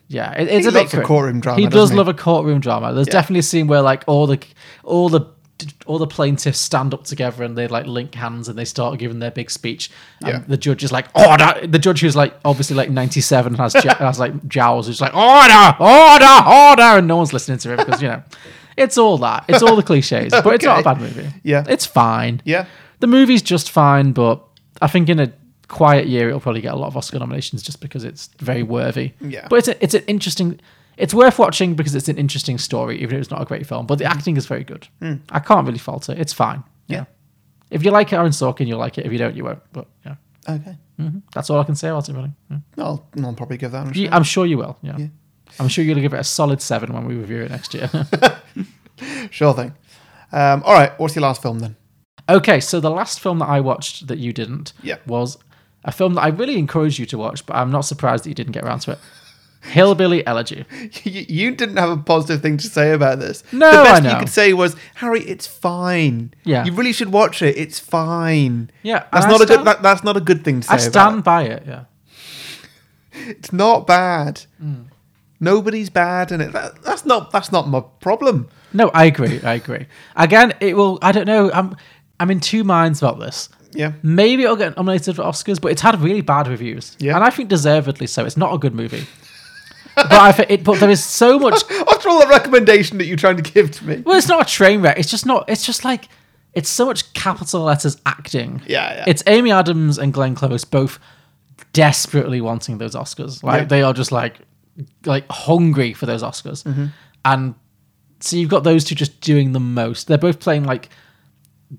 S2: yeah, it, it's
S1: He
S2: a bit
S1: loves a
S2: cr-
S1: courtroom drama,
S2: He does
S1: doesn't he?
S2: love a courtroom drama. There's definitely a scene where like all the all the all the plaintiffs stand up together and they like link hands and they start giving their big speech. And
S1: Yeah.
S2: the judge is like order. The judge who's like obviously like 97 and has j- has like jowls who's like order, order, order, and no one's listening to him because you know. It's all that. It's all the cliches, but it's not a
S1: Okay.
S2: bad movie.
S1: Yeah.
S2: It's fine.
S1: Yeah.
S2: The movie's just fine, but I think in a quiet year it'll probably get a lot of Oscar nominations just because it's very worthy.
S1: Yeah.
S2: But it's a, it's an interesting it's worth watching because it's an interesting story, even if it's not a great film. But the acting is very good. I can't really fault it. It's fine.
S1: Hmm. Yeah.
S2: If you like Aaron Sorkin, you'll like it. If you don't, you won't. But yeah.
S1: Okay.
S2: Mhm. That's all I can say about it, really. Yeah.
S1: I'll, I'll probably give that. A
S2: You-
S1: shot.
S2: I'm sure you will. Yeah.
S1: Yeah.
S2: I'm sure you'll give it a solid seven when we review it next year.
S1: Sure thing. Um, all right. What's your last film then?
S2: Okay, so the last film that I watched that you didn't
S1: Yeah.
S2: was a film that I really encourage you to watch, but I'm not surprised that you didn't get around to it. Hillbilly Elegy.
S1: you, you didn't have a positive thing to say about this.
S2: No,
S1: the best
S2: I know.
S1: you could say was, Harry, it's fine.
S2: Yeah.
S1: you really should watch it. It's fine.
S2: Yeah, and
S1: that's
S2: I
S1: not a
S2: stand-
S1: good. That, that's not a good thing to say.
S2: I
S1: About
S2: stand by it. Yeah.
S1: it. It's not bad.
S2: Mm.
S1: Nobody's bad in it. That, that's not. That's not my problem.
S2: No, I agree. I agree. Again, it will. I don't know. I'm. I'm in two minds about this.
S1: Yeah.
S2: Maybe it'll get nominated for Oscars, but it's had really bad reviews,
S1: Yeah.
S2: and I think deservedly so. It's not a good movie. but I think it. But there is so much.
S1: After all the recommendation that you're trying to give to me.
S2: Well, it's not a train wreck. It's just not. It's just like it's so much capital letters acting.
S1: Yeah, yeah.
S2: It's Amy Adams and Glenn Close both desperately wanting those Oscars. Like
S1: Yeah.
S2: they are just like like hungry for those Oscars.
S1: Mm-hmm.
S2: And so you've got those two just doing the most. They're both playing like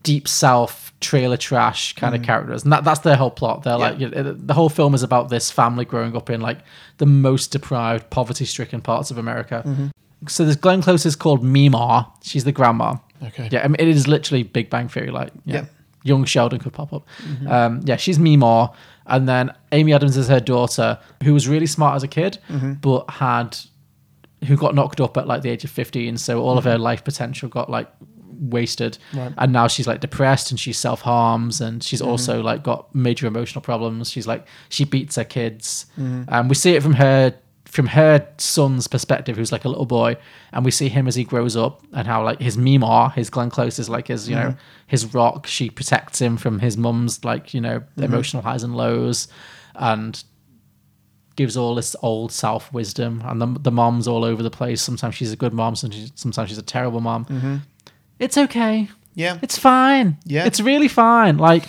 S2: deep south trailer trash kind
S1: Mm-hmm.
S2: of characters and that, that's their whole plot they're like you know, the whole film is about this family growing up in like the most deprived poverty stricken parts of america
S1: Mm-hmm.
S2: so there's glenn close is called mima she's the grandma
S1: Okay.
S2: yeah i mean it is literally big bang theory like yeah
S1: Yep. Mm-hmm.
S2: young sheldon could pop up um yeah she's mima and then amy adams is her daughter who was really smart as a kid
S1: Mm-hmm.
S2: but had who got knocked up at like the age of 15 so all of her life potential got like wasted
S1: Right.
S2: and now she's like depressed and she self-harms and she's also like got major emotional problems she's like she beats her kids um, we see it from her from her son's perspective who's like a little boy and we see him as he grows up and how like his mima his glenn close is like his you know his rock she protects him from his mum's like you know emotional highs and lows and gives all this old south wisdom and the, the mom's all over the place sometimes she's a good mom sometimes she's, sometimes she's a terrible mom it's okay
S1: Mm-hmm. Yeah.
S2: it's fine
S1: Yeah.
S2: it's really fine like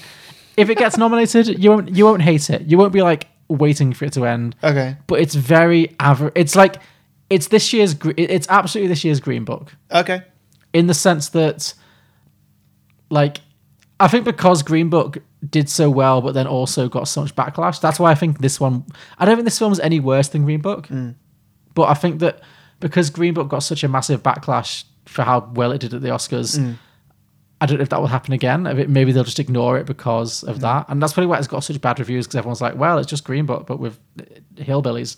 S2: if it gets nominated you won't you won't hate it you won't be like waiting for it to end
S1: Okay.
S2: but it's very average it's like it's this year's gre- it's absolutely this year's green book
S1: Okay.
S2: in the sense that like I think because Green Book did so well but then also got so much backlash, that's why I think this one I don't think this film is any worse than Green Book. But I think that because Green Book got such a massive backlash for how well it did at the Oscars, I don't know if that will happen again. If it- Maybe they'll just ignore it because of that. And that's probably why it's got such bad reviews because everyone's like, well, it's just Green Book, but with uh, hillbillies.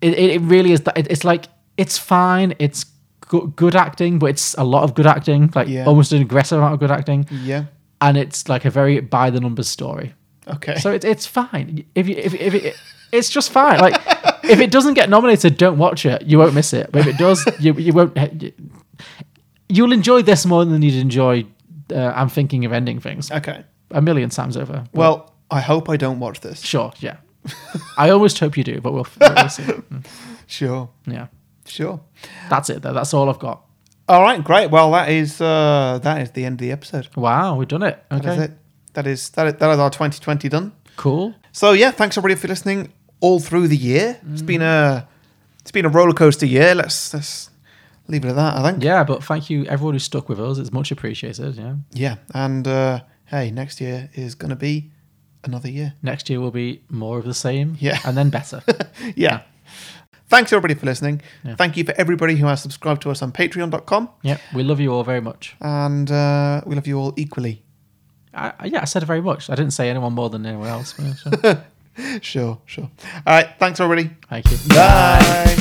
S2: It, it, it really is that. It, it's like, it's fine. It's go- good acting, but it's a lot of good acting, like
S1: Yeah.
S2: almost an aggressive amount of good acting.
S1: Yeah.
S2: And it's like a very by the numbers story.
S1: Okay.
S2: So it, it's fine. If you, if, if it, it's just fine. Like if it doesn't get nominated, don't watch it. You won't miss it. But if it does, you you won't. You'll enjoy this more than you'd enjoy. Uh, I'm thinking of ending things
S1: okay.
S2: a million times over. But
S1: Well, I hope I don't watch this.
S2: sure, yeah. I almost hope you do, but we'll, we'll see. Mm,
S1: Sure.
S2: Yeah,
S1: Sure.
S2: that's it. Though. That's all I've got.
S1: All right. Great. Well, that is uh, that is the end of the episode.
S2: Wow, we've done it. Okay,
S1: That is it. That is that is, that is our 2020 done.
S2: cool.
S1: So yeah, thanks everybody for listening all through the year. It's been a it's been a roller coaster year. Let's let's leave it at that. I think.
S2: Yeah, but thank you everyone who stuck with us. It's much appreciated. Yeah,
S1: Yeah. And uh, hey, next year is gonna be another year.
S2: next year will be more of the same.
S1: Yeah.
S2: and then better.
S1: yeah. Thanks everybody for listening.
S2: Yeah.
S1: Thank you for everybody who has subscribed to us on Patreon.com,
S2: yeah, we love you all very much.
S1: and uh, we love you all equally.
S2: I, I- yeah, I said it very much. I didn't say anyone more than anyone else. but, yeah, sure.
S1: Sure, sure. All right. Thanks everybody.
S2: Thank you.
S1: Bye.